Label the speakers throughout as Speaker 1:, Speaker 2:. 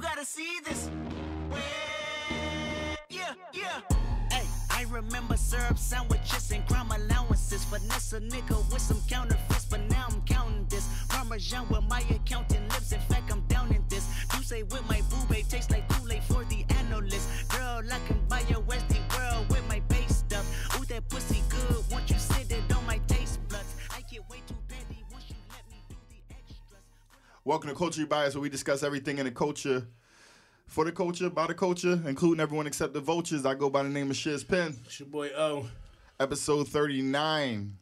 Speaker 1: gotta see this. Yeah, yeah. Hey, I remember syrup sandwiches and crime allowances. Finesse a nigga with some counterfeits, but now I'm counting this. Parmesan with my accountant lips. In fact, I'm down in this. You say with my boo babe tastes like Kool-Aid for the analyst. Girl, I can buy your Westie world with my base stuff. Ooh, that pussy good. Once you sit it on my taste buds, I get way too petty once you let me do the extras.
Speaker 2: Welcome to Culture Bias, where we discuss everything in the culture, for the culture, by the culture, including everyone except the vultures. I go by the name of Shiz Pen.
Speaker 3: It's your boy oh, O.
Speaker 2: Episode 39.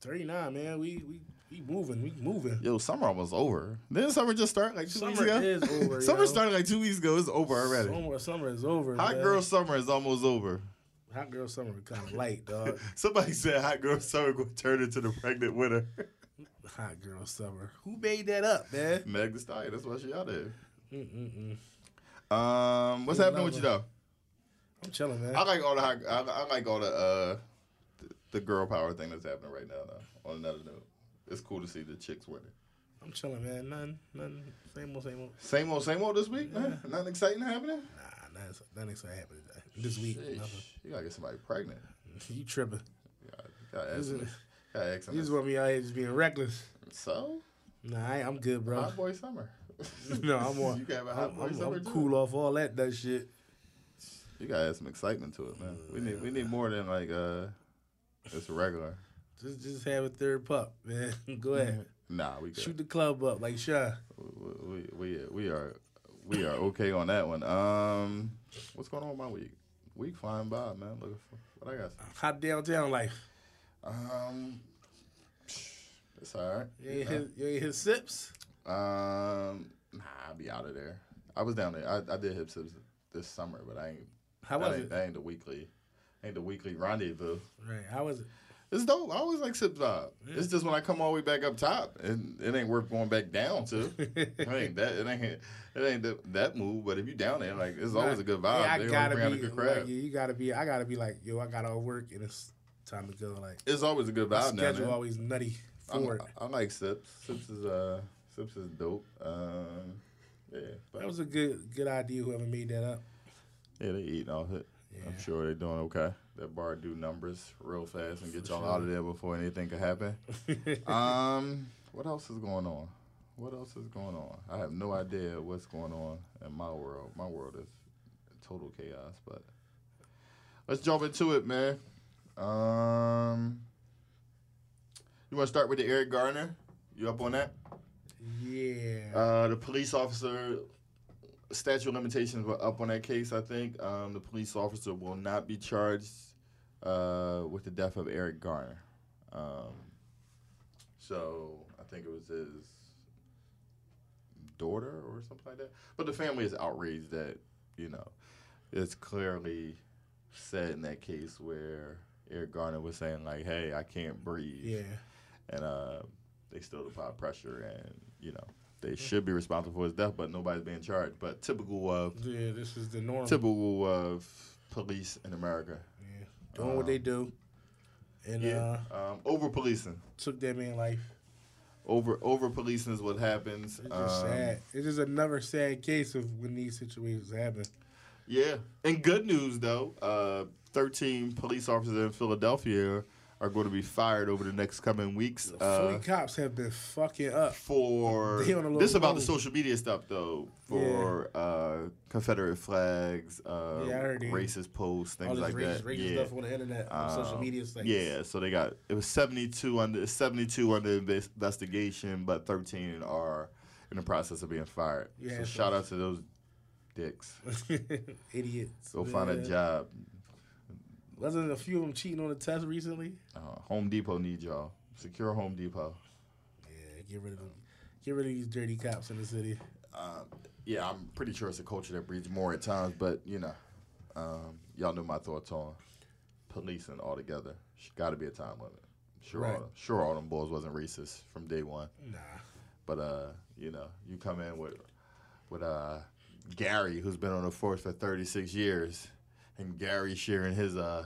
Speaker 3: 39, man. We we we moving. We moving.
Speaker 2: Yo, summer almost over. Didn't summer just start like two weeks
Speaker 3: Summer
Speaker 2: ago?
Speaker 3: is over,
Speaker 2: summer
Speaker 3: yo.
Speaker 2: started like two weeks ago. It's over already.
Speaker 3: Summer, summer is over.
Speaker 2: Hot
Speaker 3: man.
Speaker 2: girl summer is almost over.
Speaker 3: Hot girl summer kind of light, dog.
Speaker 2: Somebody said hot girl summer going turn into the pregnant winter.
Speaker 3: Hot girl summer. Who made that up, man?
Speaker 2: Meg Thee Stallion, that's why she out there. Um, what's happening with you though?
Speaker 3: I'm chilling, man.
Speaker 2: I like all the hot, I, I like all the uh the, the girl power thing that's happening right now. Though, on another note, it's cool to see the chicks winning.
Speaker 3: I'm chilling, man. None, none. Same old, same old.
Speaker 2: Same old, same old this week, man. Nothing exciting happening.
Speaker 3: Nah, nothing, nothing exciting happened today. this week. Nothing.
Speaker 2: You gotta get somebody pregnant.
Speaker 3: You tripping?
Speaker 2: You gotta, you gotta ask
Speaker 3: This
Speaker 2: them.
Speaker 3: is-
Speaker 2: Gotta ask them.
Speaker 3: You just want me out here just being reckless?
Speaker 2: so,
Speaker 3: Nah, I, I'm good, bro.
Speaker 2: hot boy summer.
Speaker 3: no, I'm on.
Speaker 2: You can have a hot
Speaker 3: I'm,
Speaker 2: boy
Speaker 3: I'm,
Speaker 2: summer
Speaker 3: I'm
Speaker 2: too.
Speaker 3: cool off all that that shit.
Speaker 2: You gotta add some excitement to it, man. We need we need more than like uh, it's regular.
Speaker 3: Just, just have a third pup, man. Go ahead,
Speaker 2: Nah, we good.
Speaker 3: shoot the club up like Sha.
Speaker 2: we we we are we are okay on that one. Um, what's going on with my week? Week flying by, man. Looking for what I got.
Speaker 3: Hot downtown life.
Speaker 2: Um, it's all right.
Speaker 3: You ain't, hit, you ain't hit sips.
Speaker 2: Um, nah, I'll be out of there. I was down there. I, I did hip sips this summer, but I ain't.
Speaker 3: How
Speaker 2: that
Speaker 3: was
Speaker 2: ain't,
Speaker 3: it?
Speaker 2: That ain't the weekly. Ain't the weekly rendezvous.
Speaker 3: Right. How was it?
Speaker 2: It's dope. I always like sip vibe. It's just when I come all the way back up top, and it ain't worth going back down to. it ain't that. It ain't. It ain't that, that move. But if you down there, like it's always a good vibe.
Speaker 3: Yeah, I
Speaker 2: they always
Speaker 3: gotta
Speaker 2: bring out
Speaker 3: be.
Speaker 2: a good crowd.
Speaker 3: Like, yeah, you gotta be. I gotta be like, yo, I got all work and it's time to go. Like
Speaker 2: It's always a good
Speaker 3: my
Speaker 2: vibe down
Speaker 3: schedule
Speaker 2: there.
Speaker 3: always nutty
Speaker 2: I'm-
Speaker 3: for it.
Speaker 2: I, like sips. Sips is uh sips is dope. Um, yeah, but
Speaker 3: That was a good good idea. Whoever made that up.
Speaker 2: yeah, they eating off it. I'm sure they're doing okay. That bar do numbers real fast and get y'all out of there before anything can happen. um, what else is going on? What else is going on? I have no idea what's going on in my world. My world is total chaos. But let's jump into it, man. Um, you want to start with the Eric Garner? You up on that?
Speaker 3: Yeah.
Speaker 2: Uh, the police officer statute of limitations were up on that case. I think um, the police officer will not be charged uh, with the death of Eric Garner. Um, so I think it was his daughter or something like that. But the family is outraged that you know it's clearly said in that case where Eric Garner was saying like, "Hey, I can't breathe."
Speaker 3: yeah.
Speaker 2: and uh, they still apply pressure, and you know they should be responsible for his death, but nobody's being charged. But typical of
Speaker 3: Yeah. This is the norm.
Speaker 2: typical of police in America.
Speaker 3: Yeah. Doing
Speaker 2: uh,
Speaker 3: what they do. And uh,
Speaker 2: um, over policing,
Speaker 3: took that man life.
Speaker 2: over over policing is what happens.
Speaker 3: It's just
Speaker 2: Um,
Speaker 3: sad. It's just another sad case of when these situations happen.
Speaker 2: yeah, and good news though, uh, thirteen police officers in Philadelphia are going to be fired over the next coming weeks.
Speaker 3: Philly
Speaker 2: Uh,
Speaker 3: cops have been fucking up.
Speaker 2: for
Speaker 3: They on a little
Speaker 2: this about the
Speaker 3: roll.
Speaker 2: social media stuff though for uh, Confederate flags, uh,
Speaker 3: Yeah, I heard it.
Speaker 2: racist posts, things
Speaker 3: All this
Speaker 2: like
Speaker 3: racist,
Speaker 2: that.
Speaker 3: racist
Speaker 2: yeah.
Speaker 3: stuff on the internet, on social
Speaker 2: Um,
Speaker 3: media sites.
Speaker 2: Yeah, so they got it was seventy two under seventy two under inves- investigation, but thirteen are in the process of being fired.
Speaker 3: Yeah,
Speaker 2: so
Speaker 3: so-
Speaker 2: shout out to those dicks.
Speaker 3: Idiots.
Speaker 2: Go find a
Speaker 3: man.
Speaker 2: job.
Speaker 3: Wasn't a few of them cheating on the test recently?
Speaker 2: Uh, Home Depot needs y'all. Secure Home Depot.
Speaker 3: Yeah, get rid of them. Get rid of these dirty cops in the city.
Speaker 2: yeah, I'm pretty sure it's a culture that breeds more at times, but you know, um, y'all know my thoughts on policing altogether. Got to be a time limit. Sure, all
Speaker 3: Right.
Speaker 2: them, sure, all them boys wasn't racist from day one,
Speaker 3: Nah.
Speaker 2: but uh, you know, you come in with with uh Gary, who's been on the force for 36 years, and Gary sharing his uh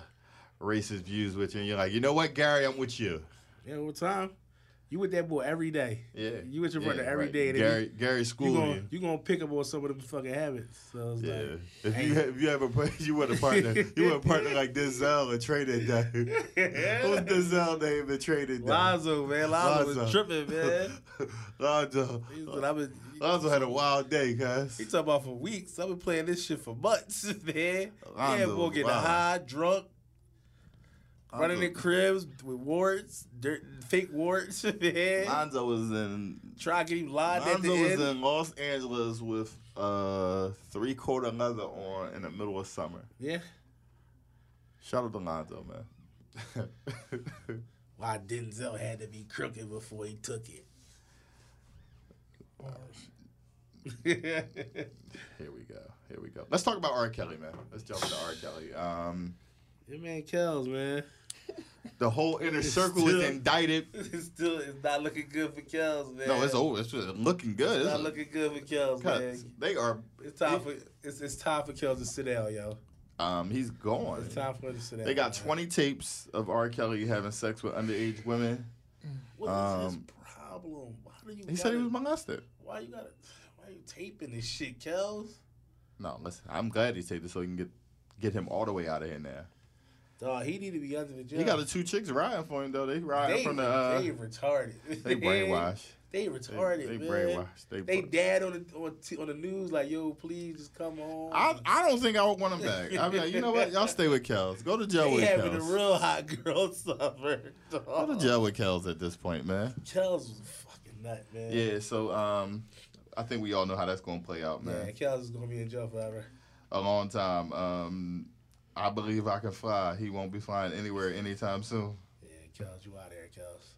Speaker 2: racist views with you, and you're like, you know what, Gary, I'm with you.
Speaker 3: Yeah, what time? You with that boy every day.
Speaker 2: Yeah.
Speaker 3: You with your
Speaker 2: yeah,
Speaker 3: brother every
Speaker 2: right.
Speaker 3: day. and then
Speaker 2: Gary, Gary
Speaker 3: you, you
Speaker 2: schooled
Speaker 3: gonna
Speaker 2: you.
Speaker 3: you gonna pick up on some of them fucking habits. So it's
Speaker 2: Yeah.
Speaker 3: like,
Speaker 2: If you if you have a par- you want a partner, you want a partner like Denzel and traded that. Who's Denzel name and traded that?
Speaker 3: Lonzo, man, Lonzo, was
Speaker 2: Lonzo.
Speaker 3: tripping, man.
Speaker 2: Lonzo.
Speaker 3: He was- I've been,
Speaker 2: Lonzo had a wild day,
Speaker 3: he
Speaker 2: guys.
Speaker 3: talking about for weeks. I've been playing this shit for months, man. yeah,
Speaker 2: Lonzo
Speaker 3: boy,
Speaker 2: was
Speaker 3: getting
Speaker 2: wild.
Speaker 3: high, drunk, running
Speaker 2: Lonzo-
Speaker 3: in cribs with warts, dirt, fake warts, man.
Speaker 2: Lonzo was in
Speaker 3: Try to get him lied at the
Speaker 2: Lonzo was
Speaker 3: end.
Speaker 2: in Los Angeles with uh three quarter leather on in the middle of summer.
Speaker 3: yeah.
Speaker 2: Shout out to Lonzo, man.
Speaker 3: Why Denzel had to be crooked before he took it.
Speaker 2: Here we go. Here we go. Let's talk about R. Kelly, man. Let's jump to R. Kelly. Um,
Speaker 3: Your man Kells, man.
Speaker 2: the whole inner circle is
Speaker 3: Still-
Speaker 2: indicted.
Speaker 3: It's still it's not looking good for Kells, man.
Speaker 2: No, it's over. It's looking good.
Speaker 3: It's
Speaker 2: It's
Speaker 3: not looking good for Kells, man.
Speaker 2: cuts. They are.
Speaker 3: It's time for it's, it's time for Kells to sit down, yo.
Speaker 2: Um, he's gone.
Speaker 3: It's time for him to sit down.
Speaker 2: They got
Speaker 3: man.
Speaker 2: 20 tapes of R. Kelly having sex with underage women.
Speaker 3: What is his
Speaker 2: um,
Speaker 3: problem? Why do you?
Speaker 2: He said he
Speaker 3: gotta-
Speaker 2: was molested.
Speaker 3: Why you got? Why you taping this shit, Kells?
Speaker 2: No, listen. I'm glad he taped it so he can get get him all the way out of here now.
Speaker 3: Dog, he need to be under the jail.
Speaker 2: He got the two chicks riding for him though. They riding
Speaker 3: they,
Speaker 2: from the uh,
Speaker 3: they
Speaker 2: they,
Speaker 3: retarded.
Speaker 2: brainwash.
Speaker 3: They
Speaker 2: They,
Speaker 3: retarded,
Speaker 2: they
Speaker 3: man.
Speaker 2: brainwash. They,
Speaker 3: They
Speaker 2: bra-
Speaker 3: dad on the on, t- on the news like, yo, please just come home.
Speaker 2: I, I don't think I would want him back. I mean, you know what? Y'all stay with Kels. Go to jail
Speaker 3: They
Speaker 2: with
Speaker 3: having a
Speaker 2: Kels.
Speaker 3: real hot girl summer.
Speaker 2: Go to
Speaker 3: dog.
Speaker 2: jail with Kels at this point, man.
Speaker 3: Kells was a fucking nut, man.
Speaker 2: Yeah. So um, I think we all know how that's gonna play out, man.
Speaker 3: Yeah, Kells is gonna be in jail forever.
Speaker 2: A long time. Um, I believe I can fly. He won't be flying anywhere anytime soon.
Speaker 3: Yeah, Kells, you out there, Kells.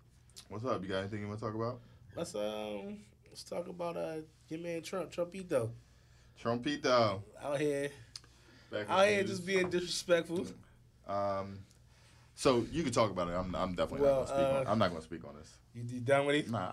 Speaker 2: What's up? You got anything you want to talk about?
Speaker 3: Let's um let's talk about uh your man Trump, Trumpito.
Speaker 2: Trumpito.
Speaker 3: Out here
Speaker 2: Back in
Speaker 3: out
Speaker 2: the
Speaker 3: here
Speaker 2: news.
Speaker 3: Oh, just being disrespectful.
Speaker 2: Um, so you can talk about it. I'm, I'm definitely
Speaker 3: Well,
Speaker 2: not gonna speak
Speaker 3: uh,
Speaker 2: on it. I'm not gonna speak on this.
Speaker 3: You, you done with it?
Speaker 2: Nah,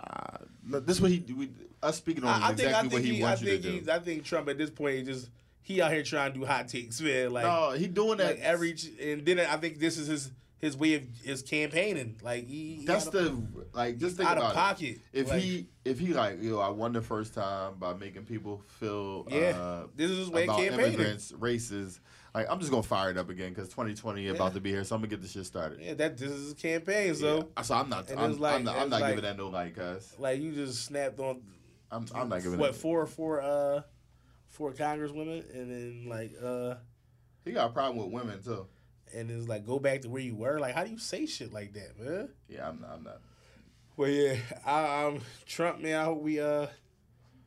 Speaker 2: look, this what he we, us speaking on
Speaker 3: I, I
Speaker 2: is Um,
Speaker 3: think
Speaker 2: exactly
Speaker 3: I think
Speaker 2: what he,
Speaker 3: he, I
Speaker 2: wants you
Speaker 3: think
Speaker 2: to do.
Speaker 3: he's I think Trump at this point he just he out here trying to do hot takes, man. Like
Speaker 2: no, he doing that
Speaker 3: like every and then I think this is his his way of his campaigning. Like he, he
Speaker 2: That's
Speaker 3: out
Speaker 2: the
Speaker 3: of,
Speaker 2: like. Just think
Speaker 3: out
Speaker 2: about
Speaker 3: of
Speaker 2: it.
Speaker 3: pocket.
Speaker 2: If
Speaker 3: Like,
Speaker 2: he if he like yo, I won the first time by making people feel
Speaker 3: yeah,
Speaker 2: uh,
Speaker 3: this is his way of
Speaker 2: about
Speaker 3: campaigning.
Speaker 2: immigrants, races. Like I'm just gonna fire it up again because 2020 about to be here, so I'm gonna get this shit started.
Speaker 3: Yeah, that this is his campaign. So
Speaker 2: Yeah. so I'm not.
Speaker 3: and
Speaker 2: I'm,
Speaker 3: it's like-
Speaker 2: I'm not, I'm
Speaker 3: it's
Speaker 2: not
Speaker 3: like-
Speaker 2: giving that no like, cuz
Speaker 3: like you just snapped on
Speaker 2: I'm, I'm not giving
Speaker 3: what
Speaker 2: that.
Speaker 3: four four uh four congresswomen and then like uh
Speaker 2: He got a problem with women too.
Speaker 3: and it's like go back to where you were. Like how do you say shit like that, man?
Speaker 2: Yeah, I'm not. I'm not.
Speaker 3: Well, yeah, I, um, Trump, man, I hope we, uh,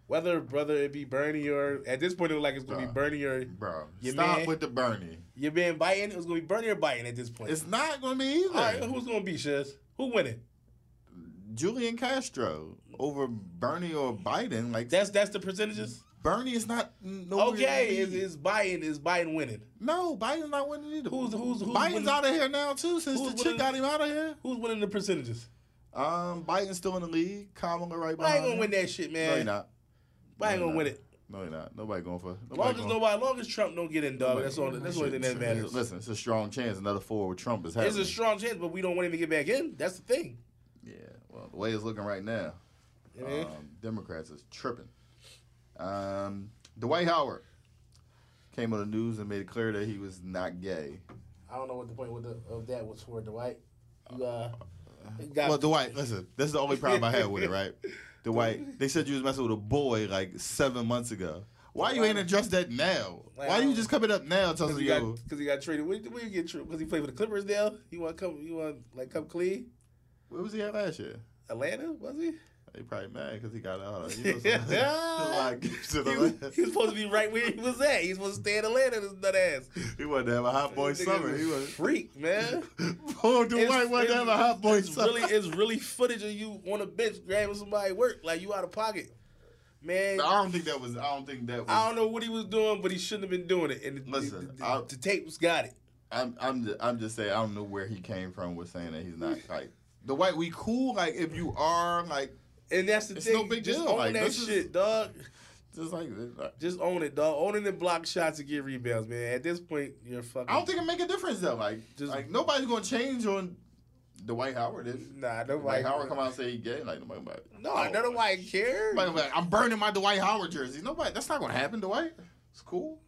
Speaker 3: whether brother it be Bernie or at this point it was like it's gonna
Speaker 2: Nah.
Speaker 3: be Bernie or
Speaker 2: Bro,
Speaker 3: Your
Speaker 2: stop
Speaker 3: man-
Speaker 2: with the Bernie.
Speaker 3: you been biting. It was gonna be Bernie or biting at this point.
Speaker 2: It's not going to be either.
Speaker 3: All right, who's gonna be Shiz? Who winning?
Speaker 2: Julian Castro over Bernie or Biden. Like
Speaker 3: That's that's the percentages.
Speaker 2: Bernie is not. nowhere
Speaker 3: Okay,
Speaker 2: near-
Speaker 3: is is Biden is Biden winning?
Speaker 2: no, Biden's not winning either.
Speaker 3: Who's who's who's
Speaker 2: Biden's
Speaker 3: winning?
Speaker 2: out of here now too. Since
Speaker 3: who's
Speaker 2: the chick
Speaker 3: winning?
Speaker 2: got him out of here,
Speaker 3: Who's winning the percentages?
Speaker 2: um, Biden's still in the lead. Kamala right
Speaker 3: Biden
Speaker 2: behind.
Speaker 3: gonna
Speaker 2: him.
Speaker 3: win that shit,
Speaker 2: No, he
Speaker 3: man.
Speaker 2: not.
Speaker 3: Biden
Speaker 2: No,
Speaker 3: gonna
Speaker 2: he not.
Speaker 3: win it.
Speaker 2: No, he not. Nobody going for.
Speaker 3: Long
Speaker 2: Nobody
Speaker 3: as
Speaker 2: going,
Speaker 3: nobody, long as Trump don't get in, dog.
Speaker 2: nobody-
Speaker 3: That's all. That's the only thing that
Speaker 2: Shit,
Speaker 3: matters.
Speaker 2: Listen, it's a strong chance another four with Trump is happening.
Speaker 3: It's a strong chance, but we don't want him to get back in. That's the thing.
Speaker 2: yeah. Well, the way it's looking right now,
Speaker 3: You know what I mean?
Speaker 2: Um, Democrats is tripping. Um, Dwight Howard came on the news and made it clear that he was not gay.
Speaker 3: I don't know what the point with the, of that was for Dwight. You, uh, you got,
Speaker 2: well, Dwight, listen, that's the only problem I had with it, right? Dwight, they said you was messing with a boy like seven months ago. Why you ain't addressed that now? Why you just coming up now telling
Speaker 3: because he,
Speaker 2: you?
Speaker 3: got, 'cause he got traded. Where, where you get traded? Because he played for the Clippers now. You want come? You want like come clean?
Speaker 2: where was he at last year?
Speaker 3: Atlanta was he?
Speaker 2: He probably mad because he got out. of- You know, somebody- somebody gives it
Speaker 3: He was,
Speaker 2: away.
Speaker 3: he was supposed to be right where he was at. He was supposed to stay in Atlanta. This nut ass.
Speaker 2: He wanted to have a hot boy
Speaker 3: This nigga
Speaker 2: summer.
Speaker 3: is
Speaker 2: He
Speaker 3: a
Speaker 2: was.
Speaker 3: freak, man.
Speaker 2: Poor
Speaker 3: It's-
Speaker 2: Dwight wanted to
Speaker 3: it's-
Speaker 2: have a hot boy
Speaker 3: it's
Speaker 2: summer.
Speaker 3: really, it's really footage of you on a bench grabbing somebody work like you out of pocket, man.
Speaker 2: I don't think that was. I don't think that was.
Speaker 3: I don't know what he was doing, but he shouldn't have been doing it. And the,
Speaker 2: Listen,
Speaker 3: the,
Speaker 2: I-
Speaker 3: the, the tapes got it.
Speaker 2: I'm I'm just, I'm just saying I don't know where he came from with saying that he's not like the white. We cool like if you are like
Speaker 3: And that's the
Speaker 2: It's
Speaker 3: thing.
Speaker 2: no big
Speaker 3: just
Speaker 2: deal.
Speaker 3: own
Speaker 2: Like,
Speaker 3: that
Speaker 2: this is-
Speaker 3: shit, dog.
Speaker 2: just like, like,
Speaker 3: Just own it, dog. Owning the block shots to get rebounds, man. At this point, you're fucking.
Speaker 2: I don't think it make a difference though. Like
Speaker 3: Just-
Speaker 2: like nobody's gonna change on Dwight Howard is.
Speaker 3: Nah, nobody.
Speaker 2: Dwight Howard come out and say he gay. Like nobody. About
Speaker 3: No, I don't nobody care.
Speaker 2: Nobody about- I'm burning my Dwight Howard jersey. Nobody. That's not gonna happen. Dwight. It's cool.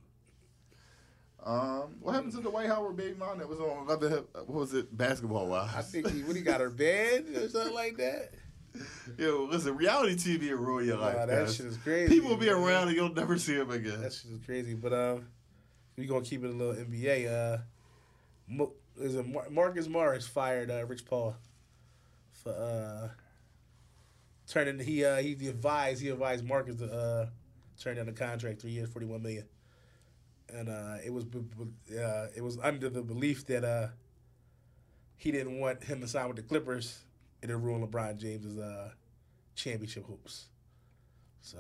Speaker 2: Um, what happened to Dwight Howard baby mom that was on Leather Hip- What was it? Basketball wise.
Speaker 3: I think he, what he got her bed or something like that.
Speaker 2: Yo, listen, reality TV will ruin your life.
Speaker 3: Nah, that
Speaker 2: guys.
Speaker 3: shit is crazy.
Speaker 2: People will be around and you'll never see them again.
Speaker 3: That shit is crazy. But um, we gonna keep it a little NBA. Uh, Mo- is it Mar- Marcus Morris fired uh, Rich Paul for uh turning he uh he advised he advised Marcus to uh turn down the contract three years forty one million. And uh, it was b- b- uh, it was under the belief that uh, he didn't want him to sign with the Clippers, and it ruined LeBron James's uh, championship hopes. So,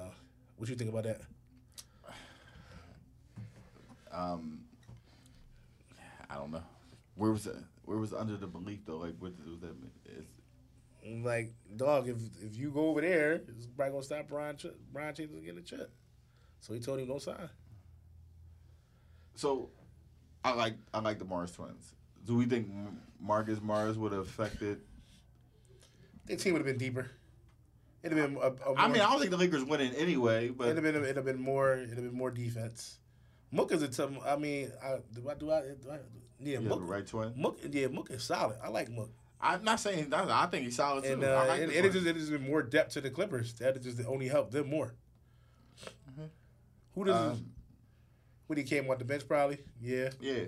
Speaker 3: what you think about that?
Speaker 2: um, I don't know. Where was it? Where was under the belief though? Like, what does that mean? It's,
Speaker 3: I'm like, dog, if if you go over there, it's probably gonna stop Brian Ch- Brian James from getting a chip. So he told him don't sign.
Speaker 2: so, I like I like the Mars twins. Do we think M- Marcus Mars would have affected?
Speaker 3: The team would have been deeper. It'd have been a, a more,
Speaker 2: I mean, I don't think the Lakers winning anyway, but
Speaker 3: it'd have been it'd have been more it'd have been more defense. Mook is a tough. I mean, I, do I do I, do I yeah,
Speaker 2: you have the
Speaker 3: Mook,
Speaker 2: right twin.
Speaker 3: Mook yeah Mook is solid. I like Mook,
Speaker 2: I'm not saying he's not. I think he's solid too.
Speaker 3: and
Speaker 2: I
Speaker 3: uh,
Speaker 2: like
Speaker 3: and,
Speaker 2: the
Speaker 3: and it
Speaker 2: twins.
Speaker 3: just it has been more depth to the Clippers. That is just only helped them more.
Speaker 2: Mm-hmm.
Speaker 3: Who does
Speaker 2: Um,
Speaker 3: when he came off the bench? Probably yeah.
Speaker 2: yeah.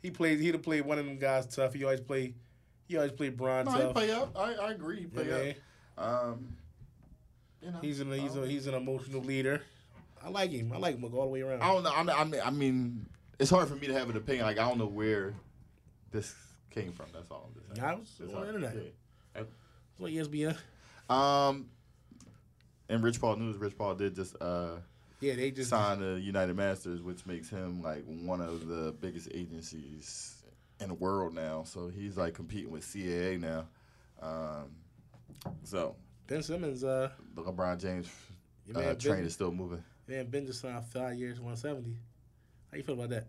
Speaker 3: He plays. He'd have played one of them guys tough. He always play. He always played Bron
Speaker 2: No, he
Speaker 3: tough.
Speaker 2: play up. I, I agree. He
Speaker 3: You know
Speaker 2: play
Speaker 3: what I mean?
Speaker 2: up. Um, you know,
Speaker 3: He's an
Speaker 2: I
Speaker 3: he's
Speaker 2: don't-
Speaker 3: a, he's an emotional leader. I like him. I like him all the way around.
Speaker 2: I don't know. I mean, I mean, I mean, it's hard for me to have an opinion. Like, I don't know where this came from. That's all I'm just saying.
Speaker 3: I was
Speaker 2: It's
Speaker 3: on the
Speaker 2: hard.
Speaker 3: internet.
Speaker 2: Yeah.
Speaker 3: It's like E ESPN.
Speaker 2: Um, and Rich Paul news. Rich Paul did just uh,
Speaker 3: Yeah, they just
Speaker 2: sign the United Masters, which makes him like one of the biggest agencies in the world now. So he's like competing with CAA now. Um, so
Speaker 3: Ben Simmons. Uh,
Speaker 2: the LeBron James
Speaker 3: your man,
Speaker 2: uh, train
Speaker 3: ben,
Speaker 2: is still moving.
Speaker 3: man, Ben just signed five years, one seventy. How you feel about that?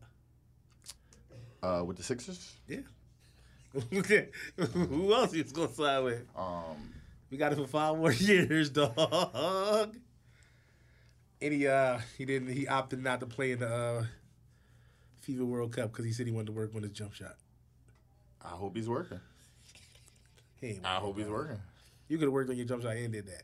Speaker 2: Uh, with the Sixers,
Speaker 3: Okay, who else he's gonna sign with?
Speaker 2: um,
Speaker 3: We got it for five more years, dog. And he uh he didn't he opted not to play in the uh, FIFA World Cup because he said he wanted to work on his jump shot.
Speaker 2: I hope he's working.
Speaker 3: He ain't-
Speaker 2: I hope he's working.
Speaker 3: you could have worked on your jump shot and did that.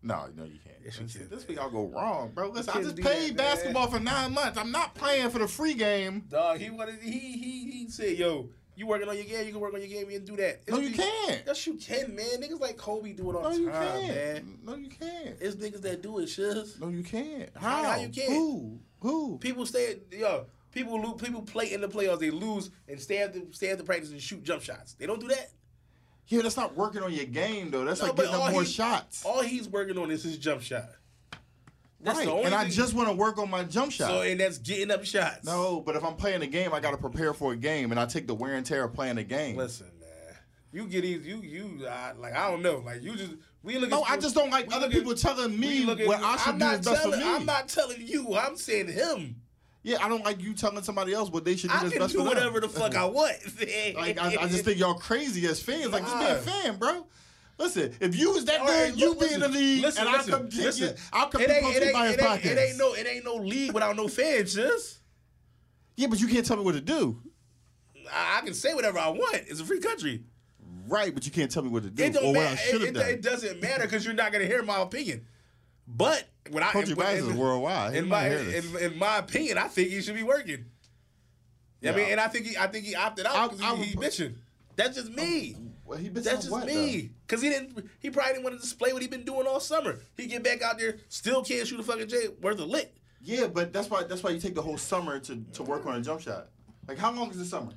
Speaker 2: No, no, you can't.
Speaker 3: Yes, you
Speaker 2: Listen,
Speaker 3: can,
Speaker 2: this week I'll go wrong, bro. Listen, I
Speaker 3: can't
Speaker 2: just
Speaker 3: do
Speaker 2: paid
Speaker 3: that, man.
Speaker 2: basketball for nine months. I'm not playing for the free game.
Speaker 3: Dog, he wanted he he he said, yo, you working on your game, you can work on your game and do that.
Speaker 2: No,
Speaker 3: It's
Speaker 2: you
Speaker 3: be-
Speaker 2: can't.
Speaker 3: Yes, you can, man. Niggas like Kobe do it all
Speaker 2: No,
Speaker 3: the
Speaker 2: you
Speaker 3: time,
Speaker 2: can't.
Speaker 3: man.
Speaker 2: No, you can't.
Speaker 3: It's niggas that do it, shiz.
Speaker 2: No, you can't.
Speaker 3: How-
Speaker 2: How?
Speaker 3: how you can't?
Speaker 2: Who? Who?
Speaker 3: People stay yo, people lose people play in the playoffs, they lose and stay at the stay at the practice and shoot jump shots. They don't do that.
Speaker 2: Yeah, that's not working on your game though. That's
Speaker 3: No,
Speaker 2: like
Speaker 3: but
Speaker 2: getting up
Speaker 3: all
Speaker 2: more
Speaker 3: he-
Speaker 2: shots.
Speaker 3: All he's working on is his jump shot. That's
Speaker 2: right.
Speaker 3: the only
Speaker 2: and I
Speaker 3: thing-
Speaker 2: just want to work on my jump shot.
Speaker 3: So and that's getting up shots.
Speaker 2: no, but if I'm playing a game, I got to prepare for a game, and I take the wear and tear of playing a game.
Speaker 3: Listen, man. You get these you you I, like I don't know. Like you just we look
Speaker 2: no,
Speaker 3: at
Speaker 2: I just don't like
Speaker 3: we
Speaker 2: other
Speaker 3: look at-
Speaker 2: people telling
Speaker 3: we
Speaker 2: me
Speaker 3: look at-
Speaker 2: what I should
Speaker 3: I'm
Speaker 2: do
Speaker 3: not
Speaker 2: is best for
Speaker 3: telling,
Speaker 2: me.
Speaker 3: I'm not telling you. I'm saying him.
Speaker 2: yeah, I don't like you telling somebody else what they should do
Speaker 3: I
Speaker 2: that's
Speaker 3: can
Speaker 2: best for
Speaker 3: do
Speaker 2: them.
Speaker 3: whatever the fuck I want.
Speaker 2: Like I, I just think y'all crazy as fans. Like just be a
Speaker 3: Nah.
Speaker 2: fan, bro. Listen, if you was that
Speaker 3: All
Speaker 2: good,
Speaker 3: right,
Speaker 2: you
Speaker 3: look,
Speaker 2: be in the
Speaker 3: listen,
Speaker 2: league,
Speaker 3: listen,
Speaker 2: and
Speaker 3: listen,
Speaker 2: I'll come get
Speaker 3: listen.
Speaker 2: you. I'll come
Speaker 3: It ain't,
Speaker 2: punch
Speaker 3: it,
Speaker 2: you
Speaker 3: ain't,
Speaker 2: by his
Speaker 3: it, ain't,
Speaker 2: pockets.
Speaker 3: it ain't no it ain't no league without no fans. Just
Speaker 2: yeah, but you can't tell me what to do.
Speaker 3: I, I can say whatever I want. It's a free country.
Speaker 2: Right, but you can't tell me what to do
Speaker 3: It
Speaker 2: or
Speaker 3: don't
Speaker 2: what I
Speaker 3: matter.
Speaker 2: should
Speaker 3: It,
Speaker 2: have
Speaker 3: it,
Speaker 2: done.
Speaker 3: it doesn't matter because you're not gonna hear my opinion. But when I
Speaker 2: Country
Speaker 3: when-
Speaker 2: Wise is worldwide. He
Speaker 3: in
Speaker 2: might
Speaker 3: my
Speaker 2: hear this.
Speaker 3: in, in my opinion, I think he should be working. I
Speaker 2: Yeah.
Speaker 3: mean, and I think he I think he opted out
Speaker 2: I-
Speaker 3: because
Speaker 2: I
Speaker 3: he,
Speaker 2: would
Speaker 3: he
Speaker 2: put-
Speaker 3: bitching. That's just me.
Speaker 2: Well, he been
Speaker 3: That's
Speaker 2: saying
Speaker 3: just
Speaker 2: what,
Speaker 3: me. Cause he didn't. He probably didn't want to display what he been doing all summer. He get back out there, still can't shoot a fucking J worth a lick.
Speaker 2: though? Yeah, but that's why that's why you take the whole summer to, to work on a jump shot. Like how long is the summer?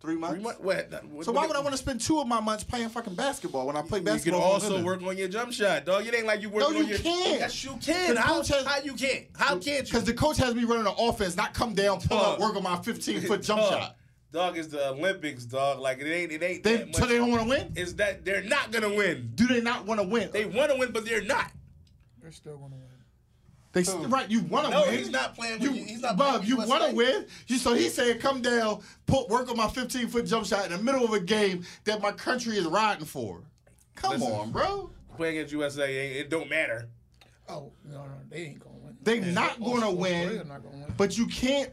Speaker 2: Three months.
Speaker 3: Three month- what- what-
Speaker 2: So why
Speaker 3: what-
Speaker 2: would I want to spend two of my months playing fucking basketball when I play
Speaker 3: You can
Speaker 2: basketball? for a
Speaker 3: also
Speaker 2: living?
Speaker 3: work on your jump shot, dog. It ain't like you work
Speaker 2: No,
Speaker 3: on
Speaker 2: you
Speaker 3: your.
Speaker 2: can't.
Speaker 3: Yes, you can.
Speaker 2: The
Speaker 3: How,
Speaker 2: coach has-
Speaker 3: how you can't? How can't you?
Speaker 2: Because the coach has me running an offense, not come down, pull
Speaker 3: Dog.
Speaker 2: up, work on my 15 foot jump
Speaker 3: dog,
Speaker 2: shot.
Speaker 3: Dog is the Olympics, dog. Like it ain't. It ain't.
Speaker 2: They,
Speaker 3: that much.
Speaker 2: so they don't want to win?
Speaker 3: Is that they're not gonna win?
Speaker 2: Do they not want to win?
Speaker 3: They want to win, but they're not.
Speaker 4: They're still going to win.
Speaker 2: They st- right, you want to
Speaker 3: No,
Speaker 2: win.
Speaker 3: he's not playing with
Speaker 2: You,
Speaker 3: you- he's not
Speaker 2: Bub,
Speaker 3: playing with
Speaker 2: you
Speaker 3: USA.
Speaker 2: want to win. You so he said, "Come down, put work on my 15 foot jump shot in the middle of a game that my country is riding for." Come
Speaker 3: Listen.
Speaker 2: on, bro.
Speaker 3: Playing against USA, it, it don't matter.
Speaker 5: Oh no, no, they ain't gonna win.
Speaker 2: They not gonna
Speaker 5: Australia
Speaker 2: win,
Speaker 5: not gonna win.
Speaker 2: but you can't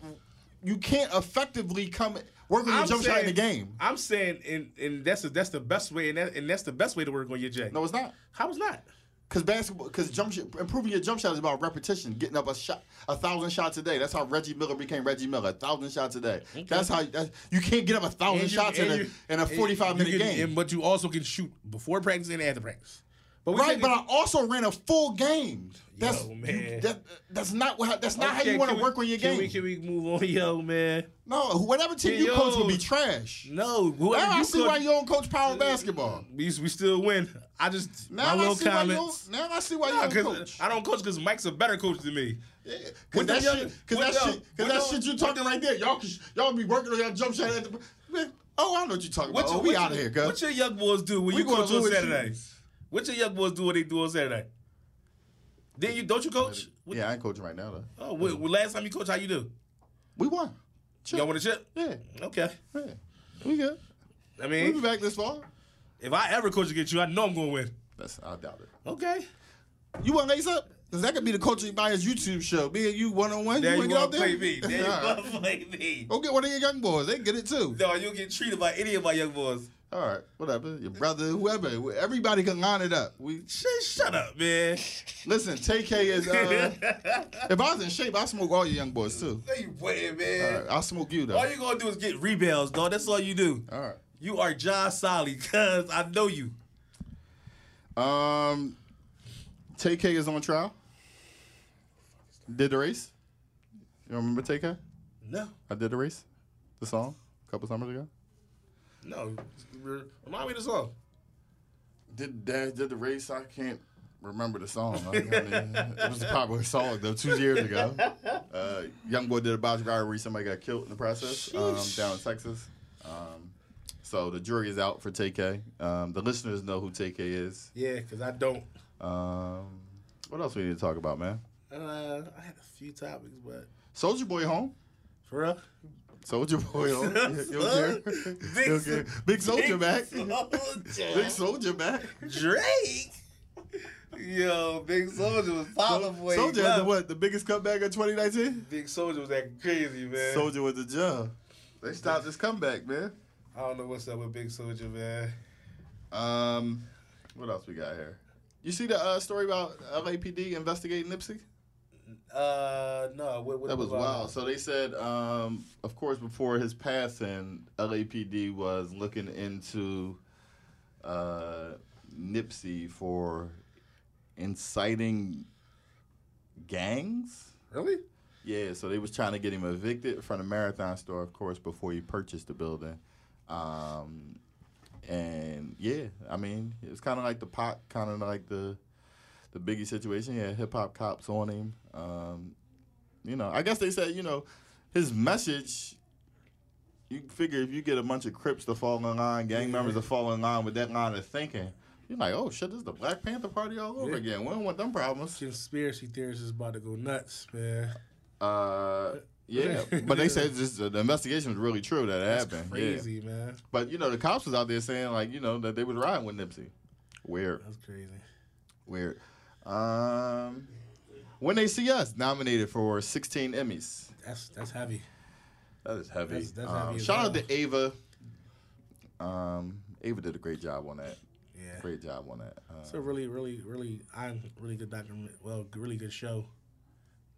Speaker 2: you can't effectively come work on your
Speaker 3: I'm
Speaker 2: jump shot in the
Speaker 3: saying-
Speaker 2: game.
Speaker 3: I'm saying, and and that's the, that's the best way, and that, and that's the best way to work on your J.
Speaker 2: No, it's not.
Speaker 3: How was not?
Speaker 2: Cause basketball, cause jump, shot- improving your jump shot is about repetition, getting up a shot, a thousand shots a day. That's how Reggie Miller became Reggie Miller, a thousand shots a day. That's how that's, you can't get up a thousand
Speaker 3: And you-
Speaker 2: shots in
Speaker 3: and
Speaker 2: a,
Speaker 3: you-
Speaker 2: in a
Speaker 3: and
Speaker 2: forty five
Speaker 3: you
Speaker 2: minute
Speaker 3: can-
Speaker 2: game.
Speaker 3: and- but you also can shoot before practice and after practice. But we
Speaker 2: right,
Speaker 3: taking-
Speaker 2: but I also ran a full game. That's
Speaker 3: Yo, man.
Speaker 2: that, that's not what, that's not how
Speaker 3: Okay,
Speaker 2: you want
Speaker 3: can
Speaker 2: to
Speaker 3: we-
Speaker 2: work on your
Speaker 3: can
Speaker 2: game.
Speaker 3: We, can we move on, yo, man?
Speaker 2: no, whatever team
Speaker 3: Can
Speaker 2: you coach
Speaker 3: yo-
Speaker 2: will be trash.
Speaker 3: No, whoever
Speaker 2: Now I
Speaker 3: you
Speaker 2: see
Speaker 3: coach-
Speaker 2: why you don't coach power basketball.
Speaker 3: we, we still win. I just
Speaker 2: Now
Speaker 3: my
Speaker 2: I
Speaker 3: little
Speaker 2: see why you
Speaker 3: comments.
Speaker 2: don't, now I see why
Speaker 3: Nah,
Speaker 2: you
Speaker 3: 'cause
Speaker 2: don't coach.
Speaker 3: I don't coach because Mike's a better coach than me.
Speaker 2: Cause
Speaker 3: What
Speaker 2: that
Speaker 3: the-
Speaker 2: shit, cause that
Speaker 3: what the-
Speaker 2: shit, cause that
Speaker 3: what the-
Speaker 2: shit you talking right there. Y'all, can- y'all be working on your jump shot. At the, man, oh, I know what you talking about. oh, we out of here, cuz.
Speaker 3: What your young boys do when
Speaker 2: We
Speaker 3: you
Speaker 2: going
Speaker 3: coach
Speaker 2: to
Speaker 3: on
Speaker 2: Louis
Speaker 3: Saturday?
Speaker 2: Hughes.
Speaker 3: What your young boys do when they do on Saturday? Then you don't you coach? What-
Speaker 2: Yeah, I ain't coaching right now though.
Speaker 3: Oh, wh- wh- last time you coached, how you do?
Speaker 2: We won.
Speaker 3: Y'all win a chip?
Speaker 2: Yeah,
Speaker 3: Okay.
Speaker 2: yeah. We good.
Speaker 3: I
Speaker 2: We be
Speaker 3: mean,
Speaker 2: back this fall.
Speaker 3: if I ever coach against you, I know I'm going to win.
Speaker 6: That's I doubt it.
Speaker 3: Okay.
Speaker 2: You want to lace up? Cause that could be the coaching bias YouTube show. Me and you one on one.
Speaker 3: Now
Speaker 2: You want
Speaker 3: you
Speaker 2: to get
Speaker 3: want
Speaker 2: out
Speaker 3: to
Speaker 2: there?
Speaker 3: play me. Now you
Speaker 2: All right.
Speaker 3: want to play me.
Speaker 2: Go get one of your young boys. They get it too.
Speaker 3: No, you'll get treated by any of my young boys.
Speaker 2: All right, whatever. Your brother, whoever, everybody can line it up. We
Speaker 3: Shit, shut up, man.
Speaker 2: listen. TK is. Uh, if I was in shape, I smoke all your young boys too.
Speaker 3: No, you waiting,
Speaker 2: All
Speaker 3: man.
Speaker 2: right, I'll smoke you though.
Speaker 3: All you going to do is get rebounds, dog. That's all you do.
Speaker 2: all right.
Speaker 3: You are John Solly, cuz I know you.
Speaker 2: Um, TK is on trial. Did the race? You remember TK?
Speaker 3: No.
Speaker 2: I did the race. The song a couple summers ago.
Speaker 3: No. Remind me of the song.
Speaker 6: Did Dash did the race? I can't remember the song. I mean, it was a popular song though two years ago.
Speaker 2: Uh, young boy did a body robbery. Somebody got killed in the process um,
Speaker 3: Sheesh.
Speaker 2: down in Texas. Um, so the jury is out for TK. Um, the listeners know who TK is.
Speaker 3: Yeah, because I don't.
Speaker 2: Um, what else we need to talk about, man?
Speaker 3: Uh, I had a few topics, but
Speaker 2: Soldier Boy home.
Speaker 3: for real.
Speaker 2: Soldier Boy home. You don't care?
Speaker 3: Big
Speaker 2: You don't care? Big Soldier back. Big
Speaker 3: Soldier.
Speaker 2: Soldier back.
Speaker 3: Drake. Yo, Big Soldier was popping for you.
Speaker 2: Soldier had the what? The biggest comeback of 2019.
Speaker 3: Big Soldier was acting crazy, man.
Speaker 2: Soldier with the job. They stopped his comeback, man.
Speaker 3: I don't know what's up with Big Soldier, man.
Speaker 2: Um, what else we got here? You see the uh, story about LAPD investigating Nipsey?
Speaker 3: Uh, no, what, what
Speaker 2: That was
Speaker 3: what-
Speaker 2: wild. So they said, um, of course, before his passing, LAPD was looking into uh, Nipsey for inciting gangs.
Speaker 3: Really?
Speaker 2: Yeah, so they was trying to get him evicted from the marathon store, of course, before he purchased the building. Um, and yeah, I mean, it was kind of like the pot, kind of like the the Biggie situation. Yeah, hip hop cops on him. Um, you know, I guess they said, you know, his message. You figure if you get a bunch of Crips to fall in line, gang members to fall in line with that line of thinking, you're like, oh shit, this is the Black Panther Party all over
Speaker 3: Yeah.
Speaker 2: again. We don't want them problems.
Speaker 3: Conspiracy theorists is about to go nuts, man.
Speaker 2: Uh, yeah, but they said this, the investigation was really true that it happened. Yeah,
Speaker 3: Crazy, man.
Speaker 2: but you know the cops was out there saying like you know that they was riding with Nipsey. Weird,
Speaker 3: That's crazy.
Speaker 2: weird. Um, when they see us nominated for 16 Emmys,
Speaker 3: That's that's heavy.
Speaker 6: That is heavy.
Speaker 3: That's that's
Speaker 2: um,
Speaker 3: heavy. as
Speaker 2: shout out
Speaker 3: hell.
Speaker 2: to Ava. Um, Ava did a great job on that.
Speaker 3: yeah.
Speaker 2: Great job on that.
Speaker 3: It's a
Speaker 2: Uh,
Speaker 3: really, really, really, i really good document. Well, g- really good show.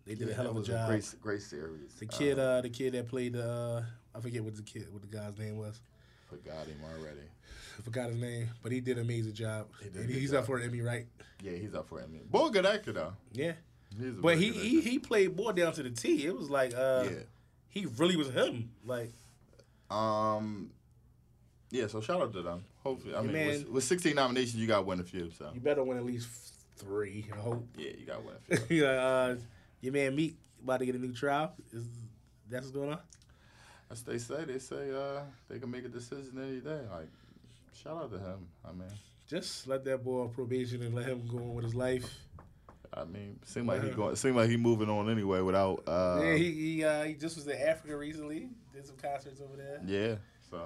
Speaker 3: They did a hell
Speaker 2: that
Speaker 3: of a
Speaker 2: was
Speaker 3: job.
Speaker 2: great, great series.
Speaker 3: the kid, uh, the kid that played the, uh, I forget what the kid, what the guy's name was.
Speaker 2: uh, forgot him already.
Speaker 3: I forgot his name, but he did an amazing job.
Speaker 2: did a
Speaker 3: And
Speaker 2: good
Speaker 3: he's up
Speaker 2: job.
Speaker 3: for an Emmy, right?
Speaker 2: Yeah, he's up for Emmy. Boy, good actor though.
Speaker 3: Yeah.
Speaker 2: He's a
Speaker 3: But
Speaker 2: very
Speaker 3: he,
Speaker 2: good actor.
Speaker 3: he he played more down to the T. It was like, uh,
Speaker 2: Yeah.
Speaker 3: he really was him. Like,
Speaker 2: Um, yeah. So shout out to them. Hopefully, I mean,
Speaker 3: Man.
Speaker 2: with, with 16 nominations, you got to win a few. So
Speaker 3: you better win at least three. I hope.
Speaker 2: yeah, you got to win a few.
Speaker 3: yeah. Uh, your man Meek about to get a new trial. Is that's what's going on?
Speaker 2: As they say, they say uh, they can make a decision any day. Like, shout out to him. I mean,
Speaker 3: Just let that boy on probation and let him go on with his life.
Speaker 2: I mean, seem like he going, seem like he moving on anyway without. Uh,
Speaker 3: yeah, he he, uh, he just was in Africa recently. Did some concerts over there.
Speaker 2: yeah. So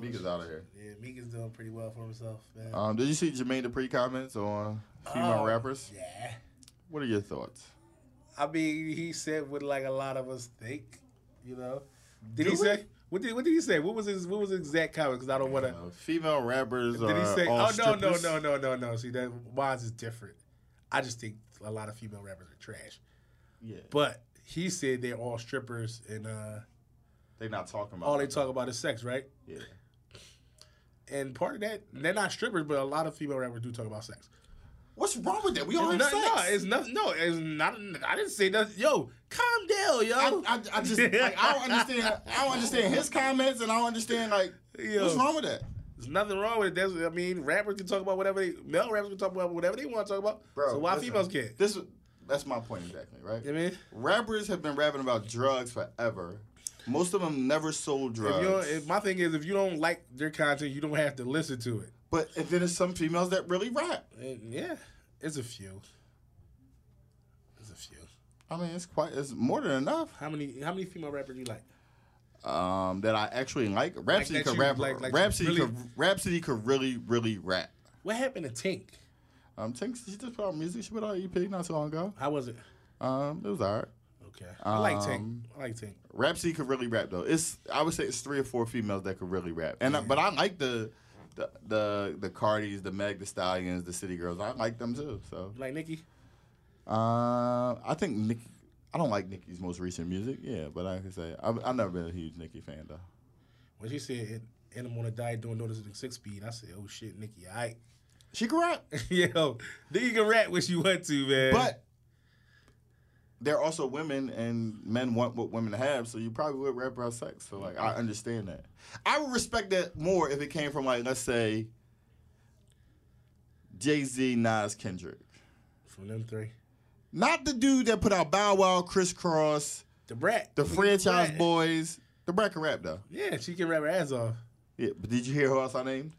Speaker 2: Meek is out of here.
Speaker 3: Yeah, Meek is doing pretty well for himself, man.
Speaker 2: Um, did you see Jermaine Dupri comments on female
Speaker 3: Oh,
Speaker 2: rappers?
Speaker 3: Yeah.
Speaker 2: What are your thoughts?
Speaker 3: I mean, he said what like a lot of us think, you know. Did he
Speaker 2: we?
Speaker 3: say what did what did he say? What was his what was his exact comment? Because I don't want to.
Speaker 2: Uh, female rappers
Speaker 3: Did
Speaker 2: are
Speaker 3: he say?
Speaker 2: all
Speaker 3: Oh no no
Speaker 2: strippers?
Speaker 3: no no no no. See that mine is different. I just think a lot of female rappers are trash.
Speaker 2: Yeah.
Speaker 3: But he said they're all strippers and uh,
Speaker 2: They not talking about
Speaker 3: all they
Speaker 2: it.
Speaker 3: talk about is sex, right?
Speaker 2: Yeah.
Speaker 3: And part of that, they're not strippers, but a lot of female rappers do talk about sex.
Speaker 2: What's wrong with that? We all
Speaker 3: It's
Speaker 2: have
Speaker 3: not,
Speaker 2: sex.
Speaker 3: no, it's not. No, it's not. I didn't say that. Yo, calm down, yo.
Speaker 2: I, I, I just like, I don't understand. I don't understand his comments, and I don't understand like
Speaker 3: Yo.
Speaker 2: what's wrong with that,
Speaker 3: There's nothing wrong with it. That's, I mean, rappers can talk about whatever they male rappers can talk about whatever they want to talk about. so why
Speaker 2: listen,
Speaker 3: females can't?
Speaker 2: This that's my point exactly, right?
Speaker 3: I mean,
Speaker 2: Rappers have been rapping about drugs forever. Most of them never sold drugs.
Speaker 3: if you don't- if my thing is if you don't like their content, you don't have to listen to it.
Speaker 2: but and then there's some females that really rap.
Speaker 3: And yeah, it's a few. It's a few.
Speaker 2: I mean, it's quite it's more than enough.
Speaker 3: How many how many female rappers do you like?
Speaker 2: Um, that I actually like. Rhapsody
Speaker 3: that
Speaker 2: could
Speaker 3: you-
Speaker 2: rap.
Speaker 3: like- like you
Speaker 2: Rhapsody
Speaker 3: really-
Speaker 2: could Rhapsody could really really rap.
Speaker 3: What happened to Tink?
Speaker 2: Um, Tink, she just put out music. She put out an EP E not so long ago.
Speaker 3: How was it?
Speaker 2: Um, it was alright.
Speaker 3: Okay, I like Tink.
Speaker 2: Um,
Speaker 3: I like Tink.
Speaker 2: Rhapsody could really rap though. It's I would say it's three or four females that could really rap. And I, but I like the the the the Cardis, the Meg the Stallions, the City Girls. I like them too. So
Speaker 3: You like Nicki?
Speaker 2: uh, I think Nick. I don't like Nicki's most recent music. Yeah, but I can say I've, I've never been a huge Nicki fan though.
Speaker 3: When she said, "And- "And I'm on a diet doing notice at six speed," I said, "Oh shit, Nicki, all right."
Speaker 2: She can rap,
Speaker 3: Yo, then you can rap what you want to, man.
Speaker 2: but they're also women, and men want what women have. So you probably would rap about sex. So like I understand that. I would respect that more if it came from like let's say Jay Z, Nas, Kendrick.
Speaker 3: from them three,
Speaker 2: Not the dude that put out Bow Wow, Criss Cross,
Speaker 3: the brat,
Speaker 2: the franchise
Speaker 3: Brat.
Speaker 2: boys, the Brecker Rap though.
Speaker 3: Yeah, she can rap her ass off.
Speaker 2: Yeah, but did you hear who else I named?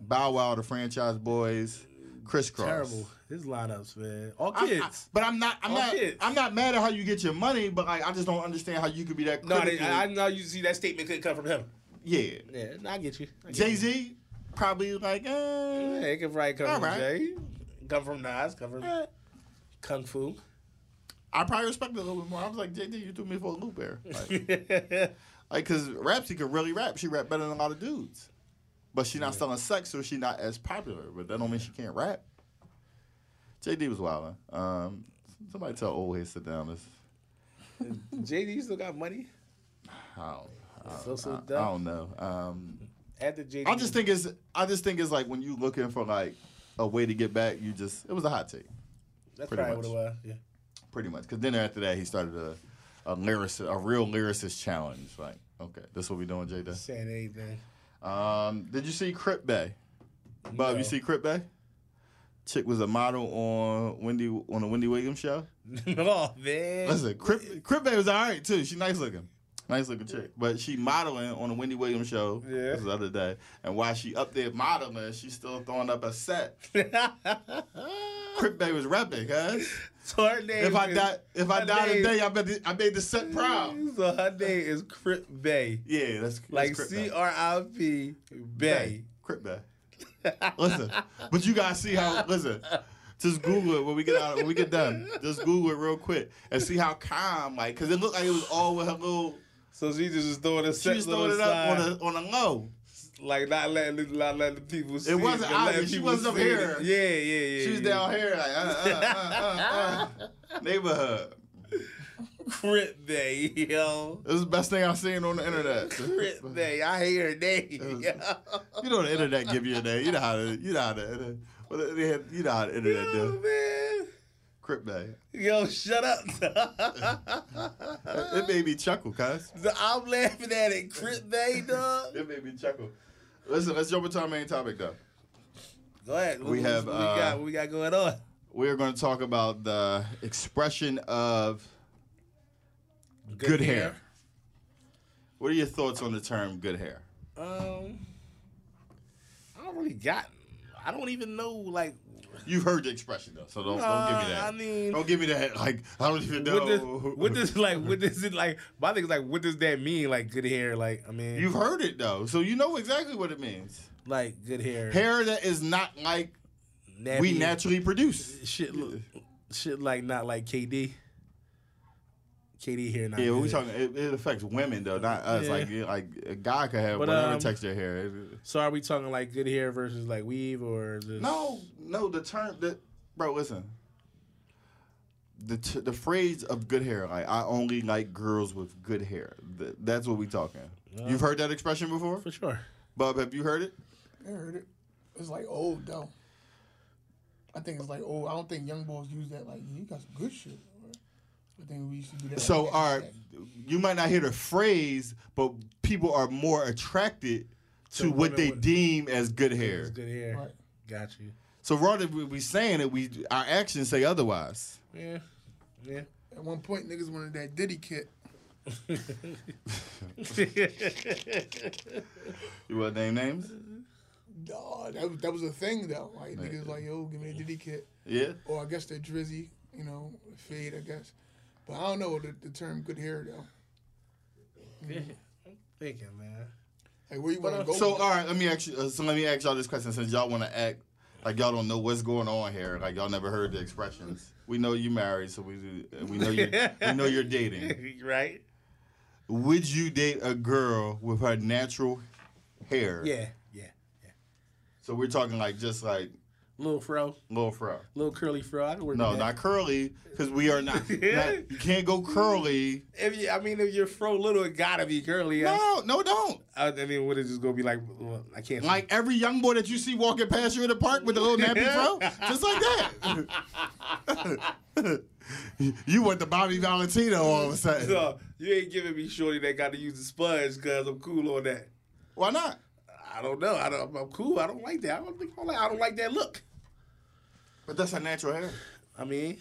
Speaker 2: Bow Wow, the franchise boys, Criss Cross.
Speaker 3: Terrible. His lineups, man. All
Speaker 2: I- I-
Speaker 3: kids.
Speaker 2: but I'm not. I'm
Speaker 3: All
Speaker 2: not.
Speaker 3: kids.
Speaker 2: I'm not mad at how you get your money, but like, I just don't understand how you could be that.
Speaker 3: no, I,
Speaker 2: Critically.
Speaker 3: didn't- I, I know you see that statement couldn't come from him.
Speaker 2: yeah.
Speaker 3: Yeah, no, I get you. I get
Speaker 2: Jay
Speaker 3: you.
Speaker 2: Z probably like.
Speaker 3: Yeah,
Speaker 2: Eh.
Speaker 3: it could probably come
Speaker 2: All
Speaker 3: from
Speaker 2: right.
Speaker 3: Jay. Come from Nas. Come from
Speaker 2: eh.
Speaker 3: Kung Fu.
Speaker 2: I probably respect it a little bit more. I was like, Jay Z, you threw me for a loop there. Like,
Speaker 3: yeah,
Speaker 2: Like, cause Rapsy could really rap. She rap better than a lot of dudes, but she not selling sex, so she not as popular. But that don't mean she can't rap. JD was wilding. Um, somebody tell old head sit down. This
Speaker 3: JD still got money.
Speaker 2: I don't, I don't,
Speaker 3: So, so
Speaker 2: I- I
Speaker 3: dumb.
Speaker 2: don't know. Um,
Speaker 3: After JD,
Speaker 2: I just think it's I just think it's like when you looking for like a way to get back, you just it was a hot take
Speaker 3: that's
Speaker 2: pretty
Speaker 3: probably what
Speaker 2: much.
Speaker 3: it was. Yeah.
Speaker 2: pretty much. Cause then after that, he started a a lyricist, a real lyricist challenge. Like, okay, this what we doing, Jada.
Speaker 3: Saying anything.
Speaker 2: Um, did you see Crip Bay? Bob,
Speaker 3: No.
Speaker 2: you see Crip Bay? Chick was a model on Wendy on the Wendy Williams show.
Speaker 3: oh man.
Speaker 2: Listen, Crip, Crip Bay was all right too. She nice looking, nice looking chick. But she modeling on the Wendy Williams show.
Speaker 3: Yeah.
Speaker 2: This was the other day, and while she up there modeling, she's still throwing up a set. Crip Bay was rapping, guys.
Speaker 3: so her name.
Speaker 2: If I
Speaker 3: is-
Speaker 2: die, if I
Speaker 3: her
Speaker 2: die
Speaker 3: name-
Speaker 2: today, I bet the, I made the set proud.
Speaker 3: So her name is Crip Bay.
Speaker 2: Yeah, that's that's
Speaker 3: Like uh,
Speaker 2: Crip Bay.
Speaker 3: C R I P Bay.
Speaker 2: Crip Bay. Listen, but you guys see how listen. Just Google it when we get out when we get done. Just Google it real quick and see how calm like because it looked like it was all with her little.
Speaker 3: So she just was throwing a
Speaker 2: She
Speaker 3: set
Speaker 2: was throwing it up on a on a low.
Speaker 3: like not letting not letting the people see.
Speaker 2: wasn't
Speaker 3: but letting
Speaker 2: obvious. She
Speaker 3: people
Speaker 2: wasn't up
Speaker 3: see
Speaker 2: here.
Speaker 3: it. Yeah, yeah, yeah.
Speaker 2: She was
Speaker 3: yeah.
Speaker 2: down here like uh, uh, uh, uh, uh, neighborhood.
Speaker 3: Crip Bay, yo.
Speaker 2: This is the best thing I've seen on the internet.
Speaker 3: Crip Bay. I hate her name.
Speaker 2: was- You know the internet give you a name. You know how to. You know how to. You know how the internet
Speaker 3: Yo,
Speaker 2: do.
Speaker 3: man.
Speaker 2: Crip Bay.
Speaker 3: Yo, shut up.
Speaker 2: It made me chuckle, cuz.
Speaker 3: I'm laughing at it. Crip Bay, dog.
Speaker 2: It made me chuckle. Listen, let's jump into our main topic though.
Speaker 3: Go ahead. What- what-
Speaker 2: have,
Speaker 3: what
Speaker 2: uh,
Speaker 3: we got what we got going on.
Speaker 2: We are going to talk about the expression of good, hair. What are your thoughts on the term good hair?
Speaker 3: Um, I don't really got. I don't even know like
Speaker 2: You've heard the expression though, so don't, don't give
Speaker 3: Uh,
Speaker 2: me that.
Speaker 3: I mean-
Speaker 2: don't give me that. Like I don't even know.
Speaker 3: What does, what does like what does it like? My thing is like, what does that mean? Like good hair, like I mean,
Speaker 2: You've heard it though, so you know exactly what it means.
Speaker 3: like good hair.
Speaker 2: Hair that is not like
Speaker 3: nappy,
Speaker 2: we naturally produce.
Speaker 3: shit. Look, shit like not like KD. KD hair not.
Speaker 2: Yeah, we
Speaker 3: good.
Speaker 2: talking. It, it affects women though, not us.
Speaker 3: Yeah.
Speaker 2: Like yeah, like a guy could have
Speaker 3: But,
Speaker 2: whatever
Speaker 3: um,
Speaker 2: texture hair.
Speaker 3: So are we talking like good hair versus like weave or just
Speaker 2: No, no. The term that, bro. Listen. The t- the phrase of good hair, like I only like girls with good hair. Th- that's what we talking. You've heard that expression before,
Speaker 3: for sure?
Speaker 2: Bob? Have you heard it?
Speaker 5: I heard it. It's like old though. I think it's like old. I don't think young boys use that. Like you got some good shit. I think we used to do that.
Speaker 2: So,
Speaker 5: back in
Speaker 2: all
Speaker 5: the
Speaker 2: right,
Speaker 5: day.
Speaker 2: you might not hear the phrase, but people are more attracted to
Speaker 3: To
Speaker 2: what
Speaker 3: women
Speaker 2: they
Speaker 3: with-
Speaker 2: deem as good
Speaker 3: It's
Speaker 2: hair.
Speaker 3: good hair.
Speaker 5: Right.
Speaker 3: Got you.
Speaker 2: So, rather we we saying that we our actions say otherwise.
Speaker 3: Yeah, yeah.
Speaker 5: At one point, niggas wanted that Diddy kit.
Speaker 2: You want to name names?
Speaker 5: Duh, that was that was a thing though. Like niggas like yo, give me a Diddy kit.
Speaker 2: Yeah.
Speaker 5: Or I guess the Drizzy, you know, fade. I guess. But I don't know the, the term good hair though.
Speaker 3: Thinking, man.
Speaker 5: Like where you want to go?
Speaker 2: So,
Speaker 5: with
Speaker 2: all right, let me ask you. Uh, so, let me ask y'all this question since y'all want to act like y'all don't know what's going on here, like y'all never heard the expressions. We know you married, so we do- we know you we know you're dating.
Speaker 3: right?
Speaker 2: Would you date a girl with her natural hair?
Speaker 3: Yeah, yeah.
Speaker 2: So we're talking like just like
Speaker 3: Little fro,
Speaker 2: Lil Fro.
Speaker 3: little curly fro. I can work.
Speaker 2: No,
Speaker 3: with
Speaker 2: not
Speaker 3: that.
Speaker 2: curly, because we are not,
Speaker 3: Yeah.
Speaker 2: not- You can't go curly.
Speaker 3: If you, I mean, if you're fro little, it gotta be curly. I-
Speaker 2: No, no, don't.
Speaker 3: I, I mean, what is just gonna be like? Well, I can't.
Speaker 2: Like every young boy that you see walking past you in the park with the little nappy fro, just like that. you went to Bobby Valentino all of a sudden.
Speaker 3: So, you ain't giving me shorty that got to use the sponge because I'm cool on that.
Speaker 2: Why not?
Speaker 3: I don't know. I don't, I'm cool. I don't like that. I don't think I like. I don't like that look.
Speaker 2: But that's her natural hair.
Speaker 3: I mean,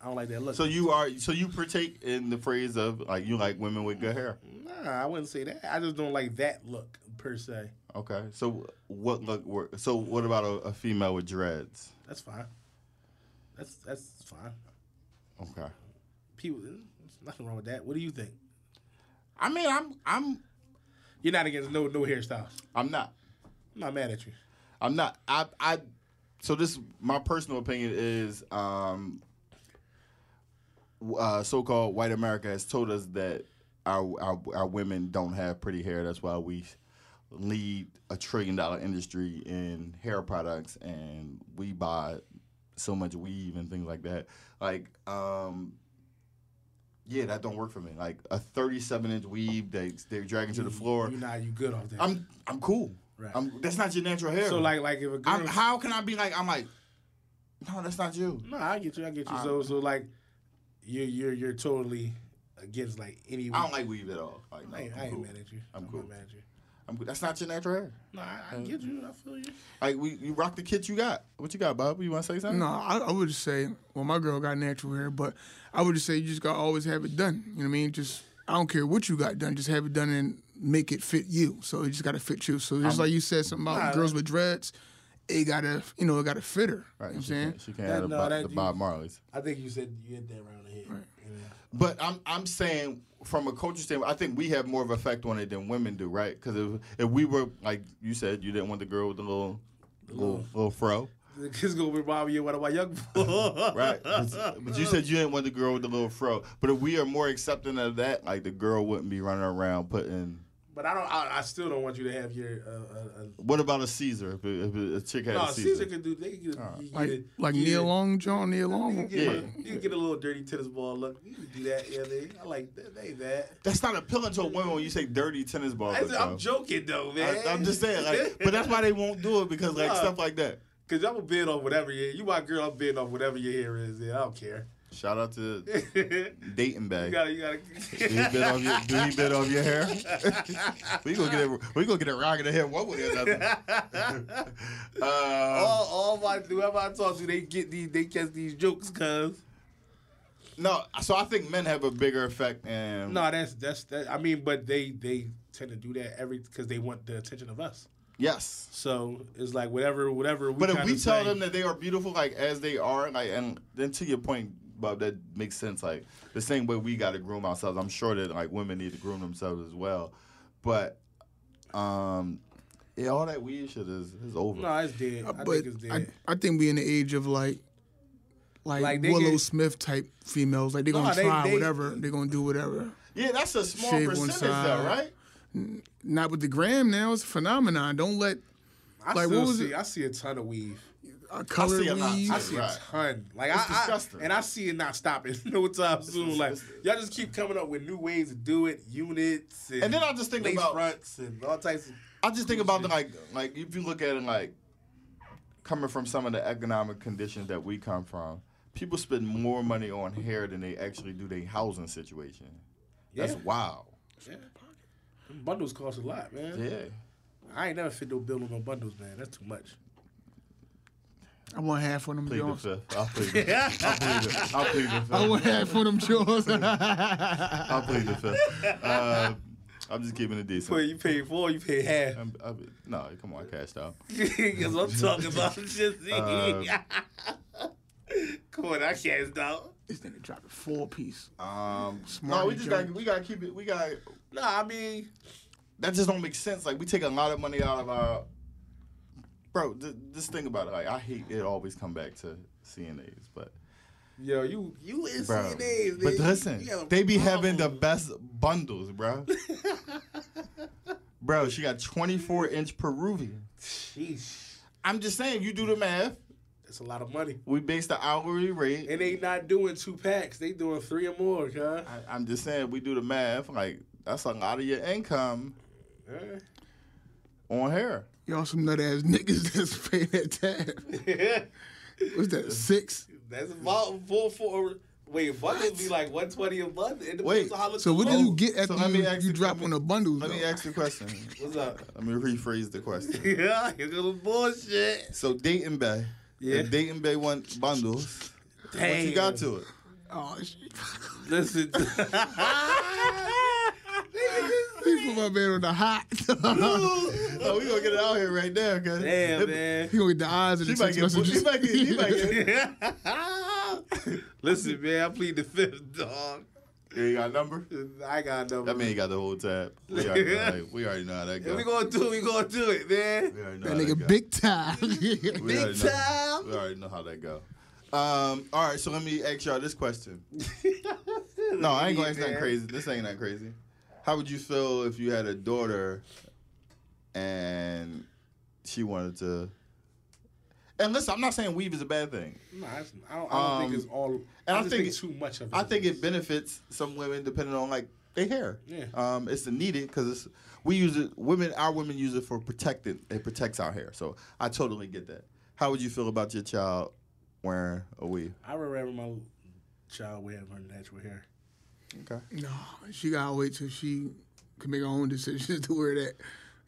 Speaker 3: I don't like that look.
Speaker 2: So you are so you partake in the phrase of like you like women with good hair.
Speaker 3: nah, I wouldn't say that. I just don't like that look per se.
Speaker 2: Okay. So what look? were- So what about a, a female with dreads?
Speaker 3: That's fine. That's that's fine.
Speaker 2: Okay.
Speaker 3: People, there's nothing wrong with that. What do you think?
Speaker 2: I mean, I'm I'm
Speaker 3: You're not against no no hairstyles.
Speaker 2: I'm not.
Speaker 3: I'm not mad at you.
Speaker 2: I'm not. I. I. So this, my personal opinion is, um, w- uh, so-called white America has told us that our, our our women don't have pretty hair. That's why we lead a trillion-dollar industry in hair products, and we buy so much weave and things like that. Like, um. Yeah, that don't work for me. Like a thirty-seven inch weave, they they're dragging to the floor.
Speaker 3: You're not. You good off that.
Speaker 2: I'm I'm cool.
Speaker 3: Right.
Speaker 2: I'm, that's not your natural hair.
Speaker 3: so like like if a girl.
Speaker 2: I'm, how can I be like I'm like, no, that's not you.
Speaker 3: no, I get you. I get you.
Speaker 2: Uh,
Speaker 3: so so like, you're you're you're totally against like any.
Speaker 2: I don't like weave at all. Like, no,
Speaker 3: I, ain't- I
Speaker 2: I'm,
Speaker 3: ain't
Speaker 2: cool.
Speaker 3: mad at you.
Speaker 2: I'm
Speaker 3: not
Speaker 2: cool. Uh,
Speaker 3: mad at you.
Speaker 2: I'm cool. That's not your natural hair.
Speaker 3: No, I, I get you. I feel you.
Speaker 2: Like we, you rock the kit you got. What you got, Bob? You want to say something?
Speaker 5: No, I, I would just say, well, my girl got natural hair, but I would just say you just gotta always have it done. You know what I mean? Just I don't care what you got done, just have it done and make it fit you. So it just gotta fit you. So just like you said something about girls with dreads, it gotta you know it gotta fit her.
Speaker 2: Right,
Speaker 5: You know what I'm
Speaker 2: she
Speaker 5: saying?
Speaker 2: can't, she can't
Speaker 3: That-
Speaker 2: have the,
Speaker 3: no,
Speaker 2: Bob,
Speaker 3: that
Speaker 2: the
Speaker 3: you-
Speaker 2: Bob Marley's.
Speaker 3: I think you said you hit that right on the head. Yeah.
Speaker 2: But I'm I'm saying from a culture standpoint, I think we have more of an effect on it than women do, right? Because if if we were like you said, you didn't want the girl with the little little, little fro,
Speaker 3: The kids gonna remind me of one of my young boys.
Speaker 2: right? But but you said you didn't want the girl with the little fro. But if we are more accepting of that, like the girl wouldn't be running around putting
Speaker 3: But I don't. I, I still don't want you to have your. Uh, uh, uh,
Speaker 2: What about a Caesar? If a, if a- a chick had
Speaker 3: no,
Speaker 2: a
Speaker 3: Caesar
Speaker 2: Caesar,
Speaker 3: could do. They could get. you
Speaker 5: Like
Speaker 3: get-
Speaker 5: like
Speaker 3: you
Speaker 5: Neil
Speaker 3: get-
Speaker 5: Long John, Neil
Speaker 3: You
Speaker 5: Long.
Speaker 3: can get,
Speaker 2: Uh, Yeah.
Speaker 3: a, you can get a little dirty tennis ball look. You can do that, yeah, they, I like that. They that.
Speaker 2: that's not appealing to a woman when you say dirty tennis ball.
Speaker 3: I,
Speaker 2: look,
Speaker 3: am
Speaker 2: though.
Speaker 3: joking though, man.
Speaker 2: I, am just saying, like, but that's why they won't do it because like
Speaker 3: Nah.
Speaker 2: stuff like that.
Speaker 3: because I'm a bid on whatever you. You my girl. I'm bid on whatever your hair is. Yeah, I don't care.
Speaker 2: Shout out to
Speaker 3: you
Speaker 2: Dayton bag.
Speaker 3: gotta, you gotta.
Speaker 2: do he bit off your, do he bit off your hair? we gonna get it. We gonna get a rock in the head one way or another. Um, Uh,
Speaker 3: all, all my whoever I talk to, they get these. They catch these jokes, cause.
Speaker 2: No, so I think men have a bigger effect. And
Speaker 3: No, that's that's that. I mean, but they they tend to do that every because they want the attention of us.
Speaker 2: Yes.
Speaker 3: So it's like whatever, whatever. We
Speaker 2: But if
Speaker 3: kinda
Speaker 2: we tell
Speaker 3: say-
Speaker 2: them that they are beautiful, like as they are, like and then to your point, Bob, that makes sense. Like the same way we got to groom ourselves. I'm sure that like women need to groom themselves as well. But um, yeah, all that weird shit is is over.
Speaker 3: no, it's dead. I
Speaker 5: but
Speaker 3: think it's dead.
Speaker 5: I, I think we in the age of like, like,
Speaker 3: Like, they
Speaker 5: Willow
Speaker 3: get-
Speaker 5: Smith type females. Like they're
Speaker 3: No,
Speaker 5: gonna
Speaker 3: they-
Speaker 5: try
Speaker 3: they-
Speaker 5: whatever. They're gonna do whatever.
Speaker 2: yeah, that's a small
Speaker 5: Shave one
Speaker 2: percentage
Speaker 5: side.
Speaker 2: though, right?
Speaker 5: Not with the gram now. It's a phenomenon. Don't let
Speaker 3: I
Speaker 5: like,
Speaker 3: still
Speaker 5: what was
Speaker 3: see,
Speaker 5: it?
Speaker 3: I see a ton of weave.
Speaker 5: a color
Speaker 2: see a lot.
Speaker 5: weave.
Speaker 3: I see
Speaker 2: Right.
Speaker 3: a ton. Like I, I-
Speaker 2: disgusting.
Speaker 3: and I see it not stopping no time soon. Like y'all just keep coming up with new ways to do it, units, and,
Speaker 2: And then I just think
Speaker 3: lace
Speaker 2: about-
Speaker 3: fronts and all types of.
Speaker 2: I just think about the, like like if you look at it like coming from some of the economic conditions that we come from, people spend more money on hair than they actually do their housing situation. That's
Speaker 3: Yeah.
Speaker 2: wow.
Speaker 3: Them Bundles cost a lot, man.
Speaker 2: Yeah.
Speaker 3: I ain't never fit no bill on no bundles, man. That's too much.
Speaker 5: I want half of them
Speaker 2: Plead the
Speaker 5: jaws.
Speaker 2: fifth. I'll plead the fifth. I'll plead the fifth. I'll plead the
Speaker 5: I
Speaker 2: fifth.
Speaker 5: want half of them jaws. I
Speaker 2: I'll plead the fifth. Uh, I'm just keeping it
Speaker 3: Well,
Speaker 2: decent.
Speaker 3: you pay four, you pay half.
Speaker 2: I'm, I'm, no, come on, cashed out.
Speaker 3: Because I'm talking about just
Speaker 2: Uh,
Speaker 3: Come on, I can't stop.
Speaker 5: This nigga dropped a four piece.
Speaker 2: Um,
Speaker 5: Smart
Speaker 2: no, we just got
Speaker 5: joke.
Speaker 2: we got to keep it. We got
Speaker 3: No, I mean,
Speaker 2: that just don't make sense. Like we take a lot of money out of our bro. Th- just think about it. Like I hate it. Always come back to CNAs, but
Speaker 3: yo, you you in
Speaker 2: bro.
Speaker 3: CNAs,
Speaker 2: but
Speaker 3: nigga.
Speaker 2: listen,
Speaker 3: You got a
Speaker 2: they be
Speaker 3: problem.
Speaker 2: having the best bundles, bro. bro, she got 24 inch Peruvian.
Speaker 3: Sheesh,
Speaker 2: I'm just saying, you do the math.
Speaker 3: that's a lot of money.
Speaker 2: We base the hourly rate.
Speaker 3: And they not doing two packs; they doing three or more, huh?
Speaker 2: I, I'm just saying, we do the math. Like that's a lot of your income on hair.
Speaker 5: Y'all some nut ass niggas that's paying that tab. What's that? Six?
Speaker 3: that's about full four. Wait, bundles be like one twenty a month. And the
Speaker 2: Wait,
Speaker 3: holiday-
Speaker 5: So what do you get after
Speaker 2: so let me
Speaker 5: you,
Speaker 2: ask
Speaker 5: you
Speaker 2: you-
Speaker 5: drop
Speaker 2: let me-
Speaker 5: on the bundles?
Speaker 2: Let me
Speaker 5: though?
Speaker 2: ask you a question.
Speaker 3: What's up?
Speaker 2: Let me rephrase the question.
Speaker 3: Yeah, you little bullshit.
Speaker 2: So Dayton Bay.
Speaker 3: Yeah.
Speaker 2: Yeah. If Dayton Bay want bundles, what you got to it?
Speaker 5: Oh shit.
Speaker 3: Listen.
Speaker 5: He put my man on the hot. he
Speaker 2: Oh, we gonna get it out here right now, cause
Speaker 3: Damn,
Speaker 2: it-
Speaker 3: man.
Speaker 5: gonna get the eyes and
Speaker 2: He
Speaker 5: the
Speaker 2: might
Speaker 5: text
Speaker 2: get,
Speaker 5: messages.
Speaker 2: he might get, he might get.
Speaker 3: Listen, man, I plead the fifth, dog.
Speaker 2: You ain't got a number?
Speaker 3: I got no.
Speaker 2: That man ain't got the whole tab. We already know, how- we already know how that goes.
Speaker 3: we gonna do it. We gonna do it, man.
Speaker 5: that nigga big time.
Speaker 2: We already know-
Speaker 3: time.
Speaker 2: We already know how that go. Um, all right, so let me ask y'all this question. no, I ain't gonna ask nothing
Speaker 3: man.
Speaker 2: crazy. This ain't nothing crazy. How would you feel if you had a daughter and she wanted to? And listen, I'm not saying weave is a bad thing.
Speaker 3: Nah, that's- I don't, I don't think
Speaker 2: Um,
Speaker 3: it's all.
Speaker 2: and
Speaker 3: I,
Speaker 2: I
Speaker 3: just
Speaker 2: think
Speaker 3: think,
Speaker 2: it-
Speaker 3: too much of it.
Speaker 2: I think it benefits some women depending on like their hair.
Speaker 3: Yeah.
Speaker 2: Um, it's needed because it's we use it. Women, our women use it for protecting. It protects our hair. So I totally get that. How would you feel about your child wearing a weave?
Speaker 3: I remember my child wearing her natural hair.
Speaker 2: Okay.
Speaker 5: no, she gotta wait till she can make her own decisions to wear that.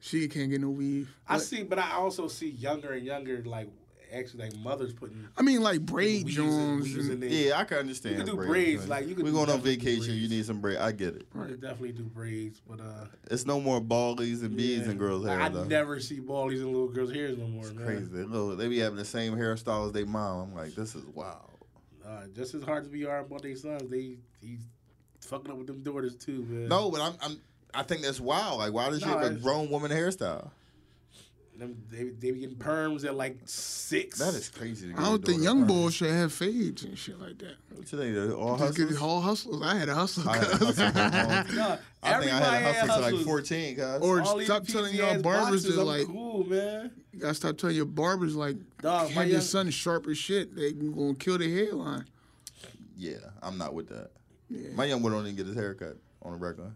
Speaker 5: She can't get no weave.
Speaker 3: I see, but I also see younger and younger, like actually, like mothers putting
Speaker 5: I mean, like braid
Speaker 3: weaves and,
Speaker 5: jones.
Speaker 3: weaves in
Speaker 5: and-
Speaker 3: there.
Speaker 2: Yeah, I can understand.
Speaker 3: You can do
Speaker 2: braids,
Speaker 3: braids,
Speaker 2: man.
Speaker 3: like, you can
Speaker 2: we
Speaker 3: do
Speaker 2: going on
Speaker 3: definitely do
Speaker 2: vacation.
Speaker 3: braids.
Speaker 2: You need some braids. I get it.
Speaker 3: You could definitely do braids, but uh,
Speaker 2: It's no more ballies and beads
Speaker 3: yeah.
Speaker 2: and girls' hair
Speaker 3: I
Speaker 2: though.
Speaker 3: never see baldies and little girls' hairs no more. man.
Speaker 2: Crazy. They Look, they be having the same hairstyle as they mom. I'm like, this is wild.
Speaker 3: Uh, just as hard as we are about their sons, they he's fucking up with them daughters too, man.
Speaker 2: No, but I'm, I'm I think that's wild. Like, why does she
Speaker 3: No,
Speaker 2: have a
Speaker 3: it's-
Speaker 2: grown woman hairstyle?
Speaker 3: them, they they be getting perms at like six.
Speaker 2: That is crazy. To get
Speaker 5: I
Speaker 2: a
Speaker 5: don't think
Speaker 2: daughter
Speaker 5: young
Speaker 2: perm.
Speaker 5: boys should have fades and shit like that.
Speaker 2: What you think? they're All
Speaker 5: Just get
Speaker 2: hustlers?
Speaker 5: all hustlers. I had a hustler.
Speaker 2: I had a hustle for a long time.
Speaker 3: No,
Speaker 2: I think I had
Speaker 3: everybody
Speaker 2: a hustle until
Speaker 3: hustles.
Speaker 2: like 14, guys.
Speaker 5: Or
Speaker 3: All these
Speaker 5: stop telling
Speaker 3: PCS
Speaker 5: y'all barbers
Speaker 3: boxes,
Speaker 5: to
Speaker 3: I'm
Speaker 5: like.
Speaker 3: cool, man.
Speaker 5: You gotta stop telling your barbers like.
Speaker 3: Dog, my
Speaker 5: have your
Speaker 3: young-
Speaker 5: son sharp as shit. They gonna kill the hairline.
Speaker 2: yeah, I'm not with that. My young boy don't even get his haircut on the regular.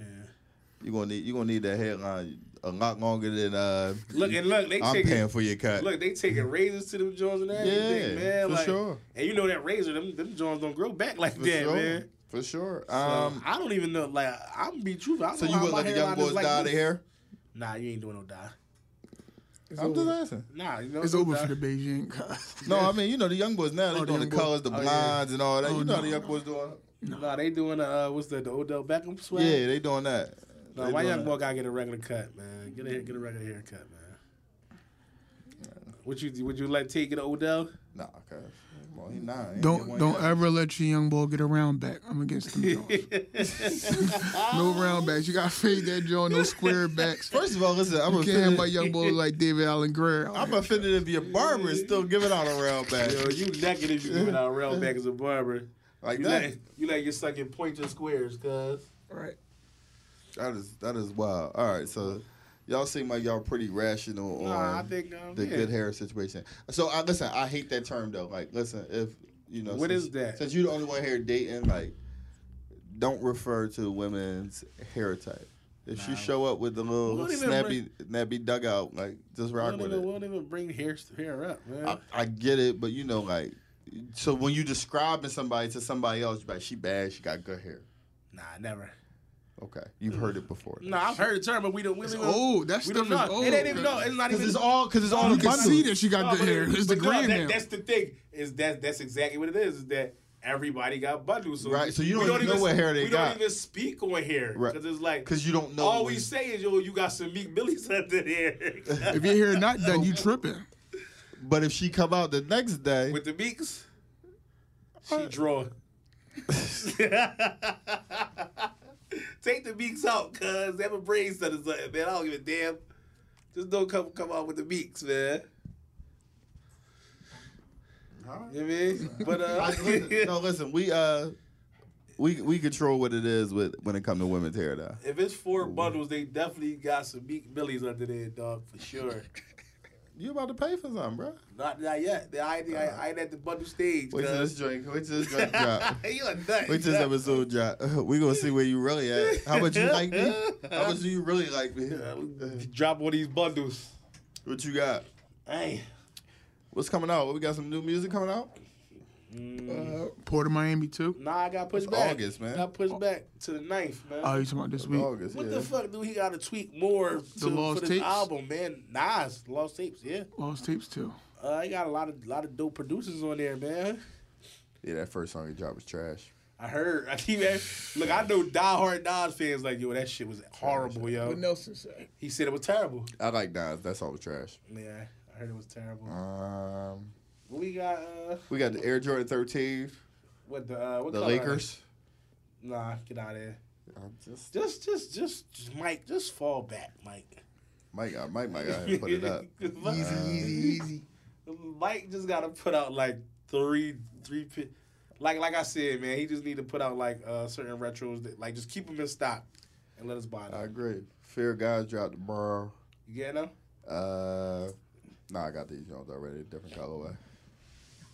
Speaker 3: Yeah.
Speaker 2: You gonna need you gonna need that hairline a lot longer than uh.
Speaker 3: Look and look, they
Speaker 2: I'm
Speaker 3: taking
Speaker 2: paying for your cut.
Speaker 3: look, they taking razors to them Jones and everything,
Speaker 2: Yeah,
Speaker 3: man.
Speaker 2: for
Speaker 3: like,
Speaker 2: sure.
Speaker 3: And you know that razor, them them Jones don't grow back like
Speaker 2: for
Speaker 3: that,
Speaker 2: sure,
Speaker 3: man.
Speaker 2: for sure.
Speaker 3: So,
Speaker 2: Um,
Speaker 3: I don't even know. Like I'm gonna be truthful. I don't
Speaker 2: so
Speaker 3: know
Speaker 2: you
Speaker 3: how
Speaker 2: would
Speaker 3: my
Speaker 2: let the young
Speaker 3: hairline is
Speaker 2: boys
Speaker 3: like
Speaker 2: dye
Speaker 3: this.
Speaker 2: their hair?
Speaker 3: Nah, you ain't doing no dye.
Speaker 2: I'm just asking.
Speaker 3: Nah, you know
Speaker 5: It's
Speaker 3: no
Speaker 5: over
Speaker 3: dye.
Speaker 5: for the Beijing. guys.
Speaker 2: No, I mean you know the young boys now they
Speaker 5: Oh, the
Speaker 2: doing the
Speaker 5: young boy-
Speaker 2: colors, the
Speaker 5: oh, yeah.
Speaker 2: blinds, and all that.
Speaker 5: Oh,
Speaker 2: you know
Speaker 5: no,
Speaker 2: the young
Speaker 5: no.
Speaker 2: boys doing.
Speaker 3: Nah, they doing the, uh, what's the, the Odell Beckham swag?
Speaker 2: Yeah, they doing that.
Speaker 3: No,
Speaker 2: They
Speaker 3: why
Speaker 2: doing
Speaker 3: young
Speaker 2: that.
Speaker 3: boy gotta get a regular cut, man? Get a get a regular haircut, man. Would you would you let T get an Odell?
Speaker 2: Nah, cause well, he nine. He ain't get
Speaker 5: Don't
Speaker 2: one
Speaker 5: don't
Speaker 2: yet.
Speaker 5: ever let your young boy get a round back. I'm against them. joints. no round backs. You gotta fade that joint. No square backs.
Speaker 2: First of all, listen, I'm
Speaker 5: Can't have
Speaker 2: offended.
Speaker 5: my young boy look like David Allen Greer.
Speaker 2: I'm offended to be a barber and still giving out a round back
Speaker 3: Yo, you naked if you give it out rail back as a barber.
Speaker 2: like
Speaker 3: You
Speaker 2: that.
Speaker 3: let you let your second point your squares, cuz.
Speaker 5: right.
Speaker 2: That is that is wild. All right, so y'all seem like y'all pretty rational on
Speaker 3: Nah, I think um,
Speaker 2: the
Speaker 3: yeah.
Speaker 2: good hair situation. So I listen, I hate that term though. Like, listen, if you know,
Speaker 3: What
Speaker 2: since,
Speaker 3: is that?
Speaker 2: Since you're the only one here dating, like, don't refer to women's hair type. If she show up with the
Speaker 3: We
Speaker 2: little
Speaker 3: don't even
Speaker 2: snappy, nappy dugout, like, just
Speaker 3: We
Speaker 2: rock
Speaker 3: don't,
Speaker 2: with
Speaker 3: even,
Speaker 2: it.
Speaker 3: we don't even bring hair hair up, man.
Speaker 2: I, I get it, but you know, like, so when you describing somebody to somebody else, you're like, she bad, she got good hair.
Speaker 3: nah, never.
Speaker 2: Okay, you've heard it before.
Speaker 3: No, I've heard the term, but we don't. We,
Speaker 5: It's
Speaker 3: we,
Speaker 5: old. Oh, That
Speaker 3: We
Speaker 5: stuff
Speaker 3: don't
Speaker 5: is
Speaker 3: know.
Speaker 5: old.
Speaker 3: it ain't even. No, it's not even.
Speaker 2: Because it's all, because it's all
Speaker 5: You
Speaker 2: a
Speaker 5: can
Speaker 2: bundle.
Speaker 5: see that she got
Speaker 3: No,
Speaker 5: good
Speaker 3: but
Speaker 5: hair.
Speaker 3: it-
Speaker 5: It's the
Speaker 3: but no,
Speaker 5: grand
Speaker 3: that-
Speaker 5: now.
Speaker 3: That's the thing. Is that that's exactly what it is. Is that everybody got bundles. So
Speaker 2: Right, so you
Speaker 3: we
Speaker 2: don't even know what hair they
Speaker 3: we
Speaker 2: got.
Speaker 3: don't even speak on hair
Speaker 2: Right.
Speaker 3: because it's like
Speaker 2: Because you don't know.
Speaker 3: all
Speaker 2: when-
Speaker 3: we say is yo, you got some Meek Millie's under there
Speaker 5: If your hair not done, you tripping.
Speaker 2: But if she come out the next day,
Speaker 3: with the Meeks. She drawing. Take the Meeks out, cuz they have a brain set or something, man. I don't give a damn. Just don't come come out with the Meeks, man. You know what I mean? But uh,
Speaker 2: no, listen, we uh, we we control what it is with when it comes to women's hair. Though
Speaker 3: If it's four bundles, they definitely got some Meek Millies under there, dog, for sure.
Speaker 2: you about to pay for something, bro?
Speaker 3: not not yet. I ain't, I, I ain't at the bundle stage.
Speaker 2: Wait till this
Speaker 3: cuz.
Speaker 2: drink. Wait till this drink drop.
Speaker 3: Hey, you a nut.
Speaker 2: Wait till this episode drop. We gonna see where you really at. How much you like me? How much do you really like me?
Speaker 3: Drop one of these bundles.
Speaker 2: What you got?
Speaker 3: Hey.
Speaker 2: What's coming out? We got some new music coming out.
Speaker 5: Uh, Port of Miami too.
Speaker 3: Nah, I got pushed
Speaker 2: It's
Speaker 3: back.
Speaker 2: August, man.
Speaker 3: Got pushed back to the ninth, man.
Speaker 5: Oh, you talking about this week?
Speaker 2: August.
Speaker 3: what
Speaker 2: yeah.
Speaker 3: the fuck do he got to tweak more to,
Speaker 5: Lost
Speaker 3: for this
Speaker 5: Tapes?
Speaker 3: album, man? Nas, Lost Tapes, yeah.
Speaker 5: Lost tapes too.
Speaker 3: Uh, he got a lot of lot of dope producers on there, man.
Speaker 2: Yeah, that first song you dropped was trash.
Speaker 3: I heard. I keep look. I know diehard Nas fans like yo. That shit was horrible, yo.
Speaker 5: Nelson said.
Speaker 3: He said it was terrible.
Speaker 2: I like Nas. That song was trash.
Speaker 3: Yeah, I heard it was terrible.
Speaker 5: Uh.
Speaker 2: Um,
Speaker 3: What we got uh,
Speaker 2: we got the Air Jordan 13,
Speaker 3: what the uh, what
Speaker 2: the
Speaker 3: color are
Speaker 2: Lakers.
Speaker 3: they? Nah, get out of here.
Speaker 2: I just
Speaker 3: Just, just, just, just, Mike, just fall back, Mike.
Speaker 2: Mike, got- Mike, Mike, got to put it up.
Speaker 3: easy, easy. Mike just gotta put out like three, three, pi- like, like I said, man, he just need to put out like uh certain retros that, like, just keep them in stock and let us buy
Speaker 2: I
Speaker 3: them.
Speaker 2: agree. Fear God dropped tomorrow.
Speaker 3: You get them?
Speaker 2: Uh, nah, I got these Jones already. Different colorway.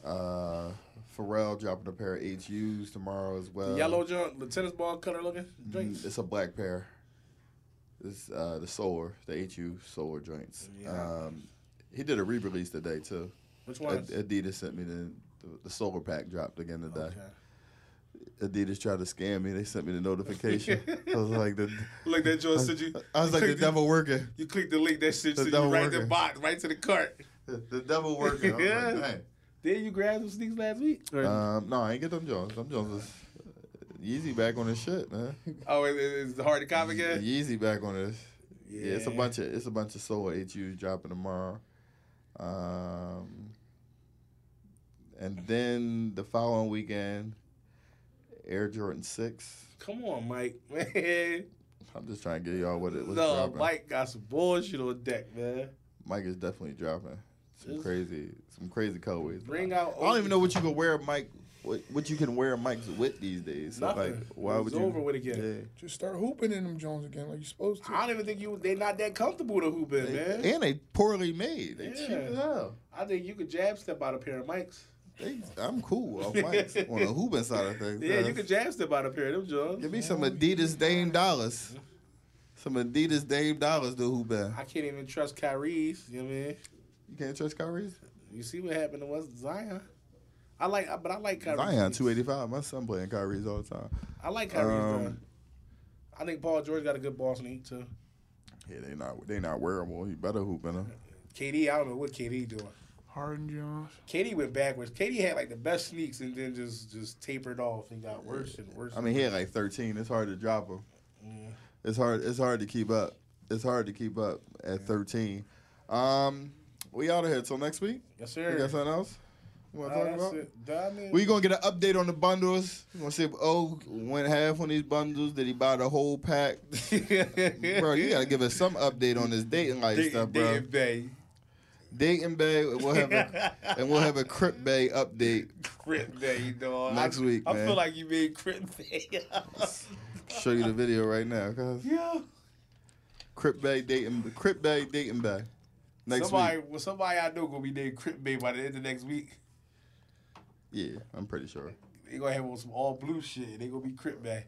Speaker 2: Uh, Pharrell dropping a pair of HUs tomorrow as well.
Speaker 3: Yellow junk, the tennis ball color looking drinks.
Speaker 2: Uh, Mm, It's a black pair. It's uh, the Solar, the HU Solar joints.
Speaker 3: Oh, Yeah.
Speaker 2: Um, he did a re-release today too.
Speaker 3: Which
Speaker 2: Ad-
Speaker 3: ones?
Speaker 2: Adidas sent me the the Solar pack dropped again today.
Speaker 3: Okay.
Speaker 2: Adidas tried to scam me. They sent me the notification. I was like, the,
Speaker 3: Look, that joint said you.
Speaker 2: I was like,
Speaker 3: you
Speaker 2: the
Speaker 3: clicked
Speaker 2: devil working.
Speaker 3: You click the link, that shit
Speaker 2: The
Speaker 3: send you
Speaker 2: devil
Speaker 3: right to the
Speaker 2: working.
Speaker 3: box, right to the cart.
Speaker 2: The devil working. I was
Speaker 3: Yeah.
Speaker 2: like, dang.
Speaker 3: Did you grab some sneaks last week? Or-
Speaker 2: Um, no, I ain't get them Jones. Them Jones is uh, Yeezy back on his shit, man.
Speaker 3: oh, it, it- it's hard to cop again.
Speaker 2: Yeezy back on this. Yeah. it's a
Speaker 3: Yeah.
Speaker 2: bunch of it's a bunch of soul HUs dropping tomorrow. Um, and then the following weekend, Air Jordan Six.
Speaker 3: Come on, Mike, man.
Speaker 2: I'm just trying to get y'all what it was
Speaker 3: no,
Speaker 2: dropping.
Speaker 3: Mike got some bullshit on deck, man.
Speaker 2: Mike is definitely dropping some
Speaker 3: Just-
Speaker 2: crazy, some crazy colorways.
Speaker 3: Bring out.
Speaker 2: I don't even know what you can wear Mike, what, what you can wear Mike's with these days. So
Speaker 3: Nothing.
Speaker 2: like, why
Speaker 3: It's
Speaker 2: would you?
Speaker 3: over with again.
Speaker 2: Yeah.
Speaker 5: Just start hooping in them Jones again, like you're supposed
Speaker 3: I don't even think you. They not that comfortable to hoop in, man.
Speaker 2: And they poorly made. They cheap
Speaker 3: Yeah.
Speaker 2: as hell.
Speaker 3: I think you could jab step out a pair of mics.
Speaker 2: They, I'm cool off Mike's on the hooping side of things.
Speaker 3: Yeah,
Speaker 2: man.
Speaker 3: you could jab step out a pair of them,
Speaker 2: Give
Speaker 3: John.
Speaker 2: me some Adidas Dame dollars. Some Adidas Dame dollars to hoop in.
Speaker 3: I can't even trust Kyrie's. You know what I mean?
Speaker 2: You can't trust Kyrie's?
Speaker 3: You see what happened to us, Zion. I like, but I like Kyrie.
Speaker 2: Zion 285. My son playing Kyrie's all the time.
Speaker 3: I like Kyrie.
Speaker 2: Um,
Speaker 3: I think Paul George got a good ball sneak too.
Speaker 2: Yeah, they not they not wearable. You better hoop in them.
Speaker 3: KD, I don't know what KD doing.
Speaker 5: Harden Jones.
Speaker 3: KD went backwards. KD had like the best sneaks and then just just tapered off and got worse and worse.
Speaker 2: I mean, he had like 13. It's hard to drop him. It's hard. It's hard to keep up. It's hard to keep up at 13. Um, we out of here till next week.
Speaker 3: Yes,
Speaker 2: You
Speaker 3: sir.
Speaker 2: got something else? You want to
Speaker 3: Nah,
Speaker 2: talk
Speaker 3: that's
Speaker 2: about?
Speaker 3: it. Nah, I mean,
Speaker 2: We gonna get an update on the bundles. We gonna see if O went half on these bundles. Did he buy the whole pack? bro, you gotta give us some update on this dating life stuff, bro.
Speaker 7: Dave Bay.
Speaker 2: Dating bay, we'll have a, and we'll have a Crip Bay update.
Speaker 7: Crip Bay, dog.
Speaker 2: Next week,
Speaker 7: I, I
Speaker 2: man.
Speaker 7: feel like you made Crip Bay.
Speaker 2: Show you the video right now, cause
Speaker 7: yeah.
Speaker 2: Crip Bay dating, Crip Bay dating bay. Next
Speaker 7: somebody,
Speaker 2: week,
Speaker 7: well, somebody I know gonna be named Crip Bay by the end of next week.
Speaker 2: yeah, I'm pretty sure.
Speaker 7: They gonna have on some all blue shit. They gonna be Crip Bay.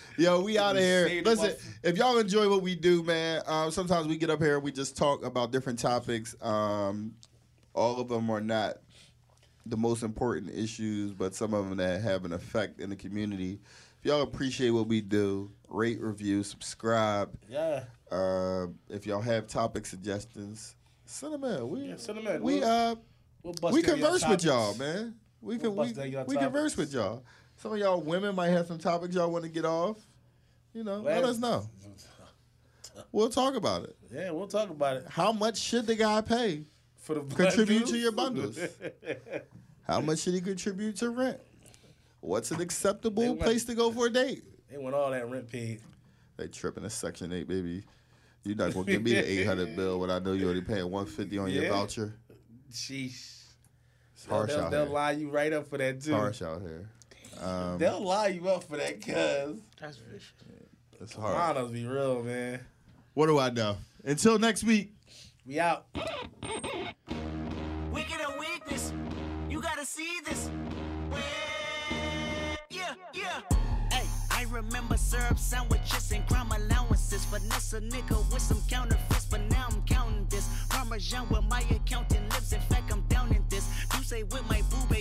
Speaker 2: Yo, we out of here.
Speaker 7: saved
Speaker 2: Listen,
Speaker 7: my-
Speaker 2: if y'all enjoy what we do, man, um, sometimes we get up here, we just talk about different topics. Um, all of them are not the most important issues, but some of them that have an effect in the community. If y'all appreciate what we do, rate, review, subscribe.
Speaker 3: yeah.
Speaker 2: Uh, if y'all have topic suggestions, send them in. We,
Speaker 3: Yeah, send 'em in.
Speaker 2: We
Speaker 3: We'll-
Speaker 2: uh,
Speaker 3: We'll bust
Speaker 2: we
Speaker 3: down your
Speaker 2: converse with
Speaker 3: topics.
Speaker 2: y'all, man. We
Speaker 3: We'll
Speaker 2: can
Speaker 3: bust down
Speaker 2: we,
Speaker 3: your
Speaker 2: we
Speaker 3: topics.
Speaker 2: converse with y'all. Some of y'all women might have some topics y'all want to get off. You know, let
Speaker 3: Well-
Speaker 2: us know. We'll talk about it.
Speaker 3: Yeah, we'll talk about it.
Speaker 2: How much should the guy pay?
Speaker 3: For the
Speaker 2: Contribute
Speaker 3: bundles.
Speaker 2: to your bundles. How much should he contribute to rent? What's an
Speaker 3: They
Speaker 2: acceptable
Speaker 3: went-
Speaker 2: place to go for a date?
Speaker 3: They want all that rent paid.
Speaker 2: They tripping a section eight, baby. You're not gonna give me the eight hundred bill when I know you already paying one fifty on your
Speaker 3: Yeah.
Speaker 2: voucher.
Speaker 3: Sheesh.
Speaker 2: It's harsh
Speaker 3: they'll
Speaker 2: out
Speaker 3: they'll
Speaker 2: here.
Speaker 3: lie you right up for that too.
Speaker 2: Harsh out here. Um,
Speaker 3: They'll lie you up for that, cuz.
Speaker 5: That's vicious.
Speaker 2: it's
Speaker 3: Right.
Speaker 2: hard.
Speaker 3: be real, man.
Speaker 2: What do I know? Until next week.
Speaker 3: We out.
Speaker 1: Wicked and weakness. You gotta see this. Yeah, yeah. Hey, I remember syrup sandwiches and crime allowances. Vanessa nigga with some counterfeits, but now I'm counting this. Parmesan with my accountant lips. In fact, I'm down in this. You say with my boo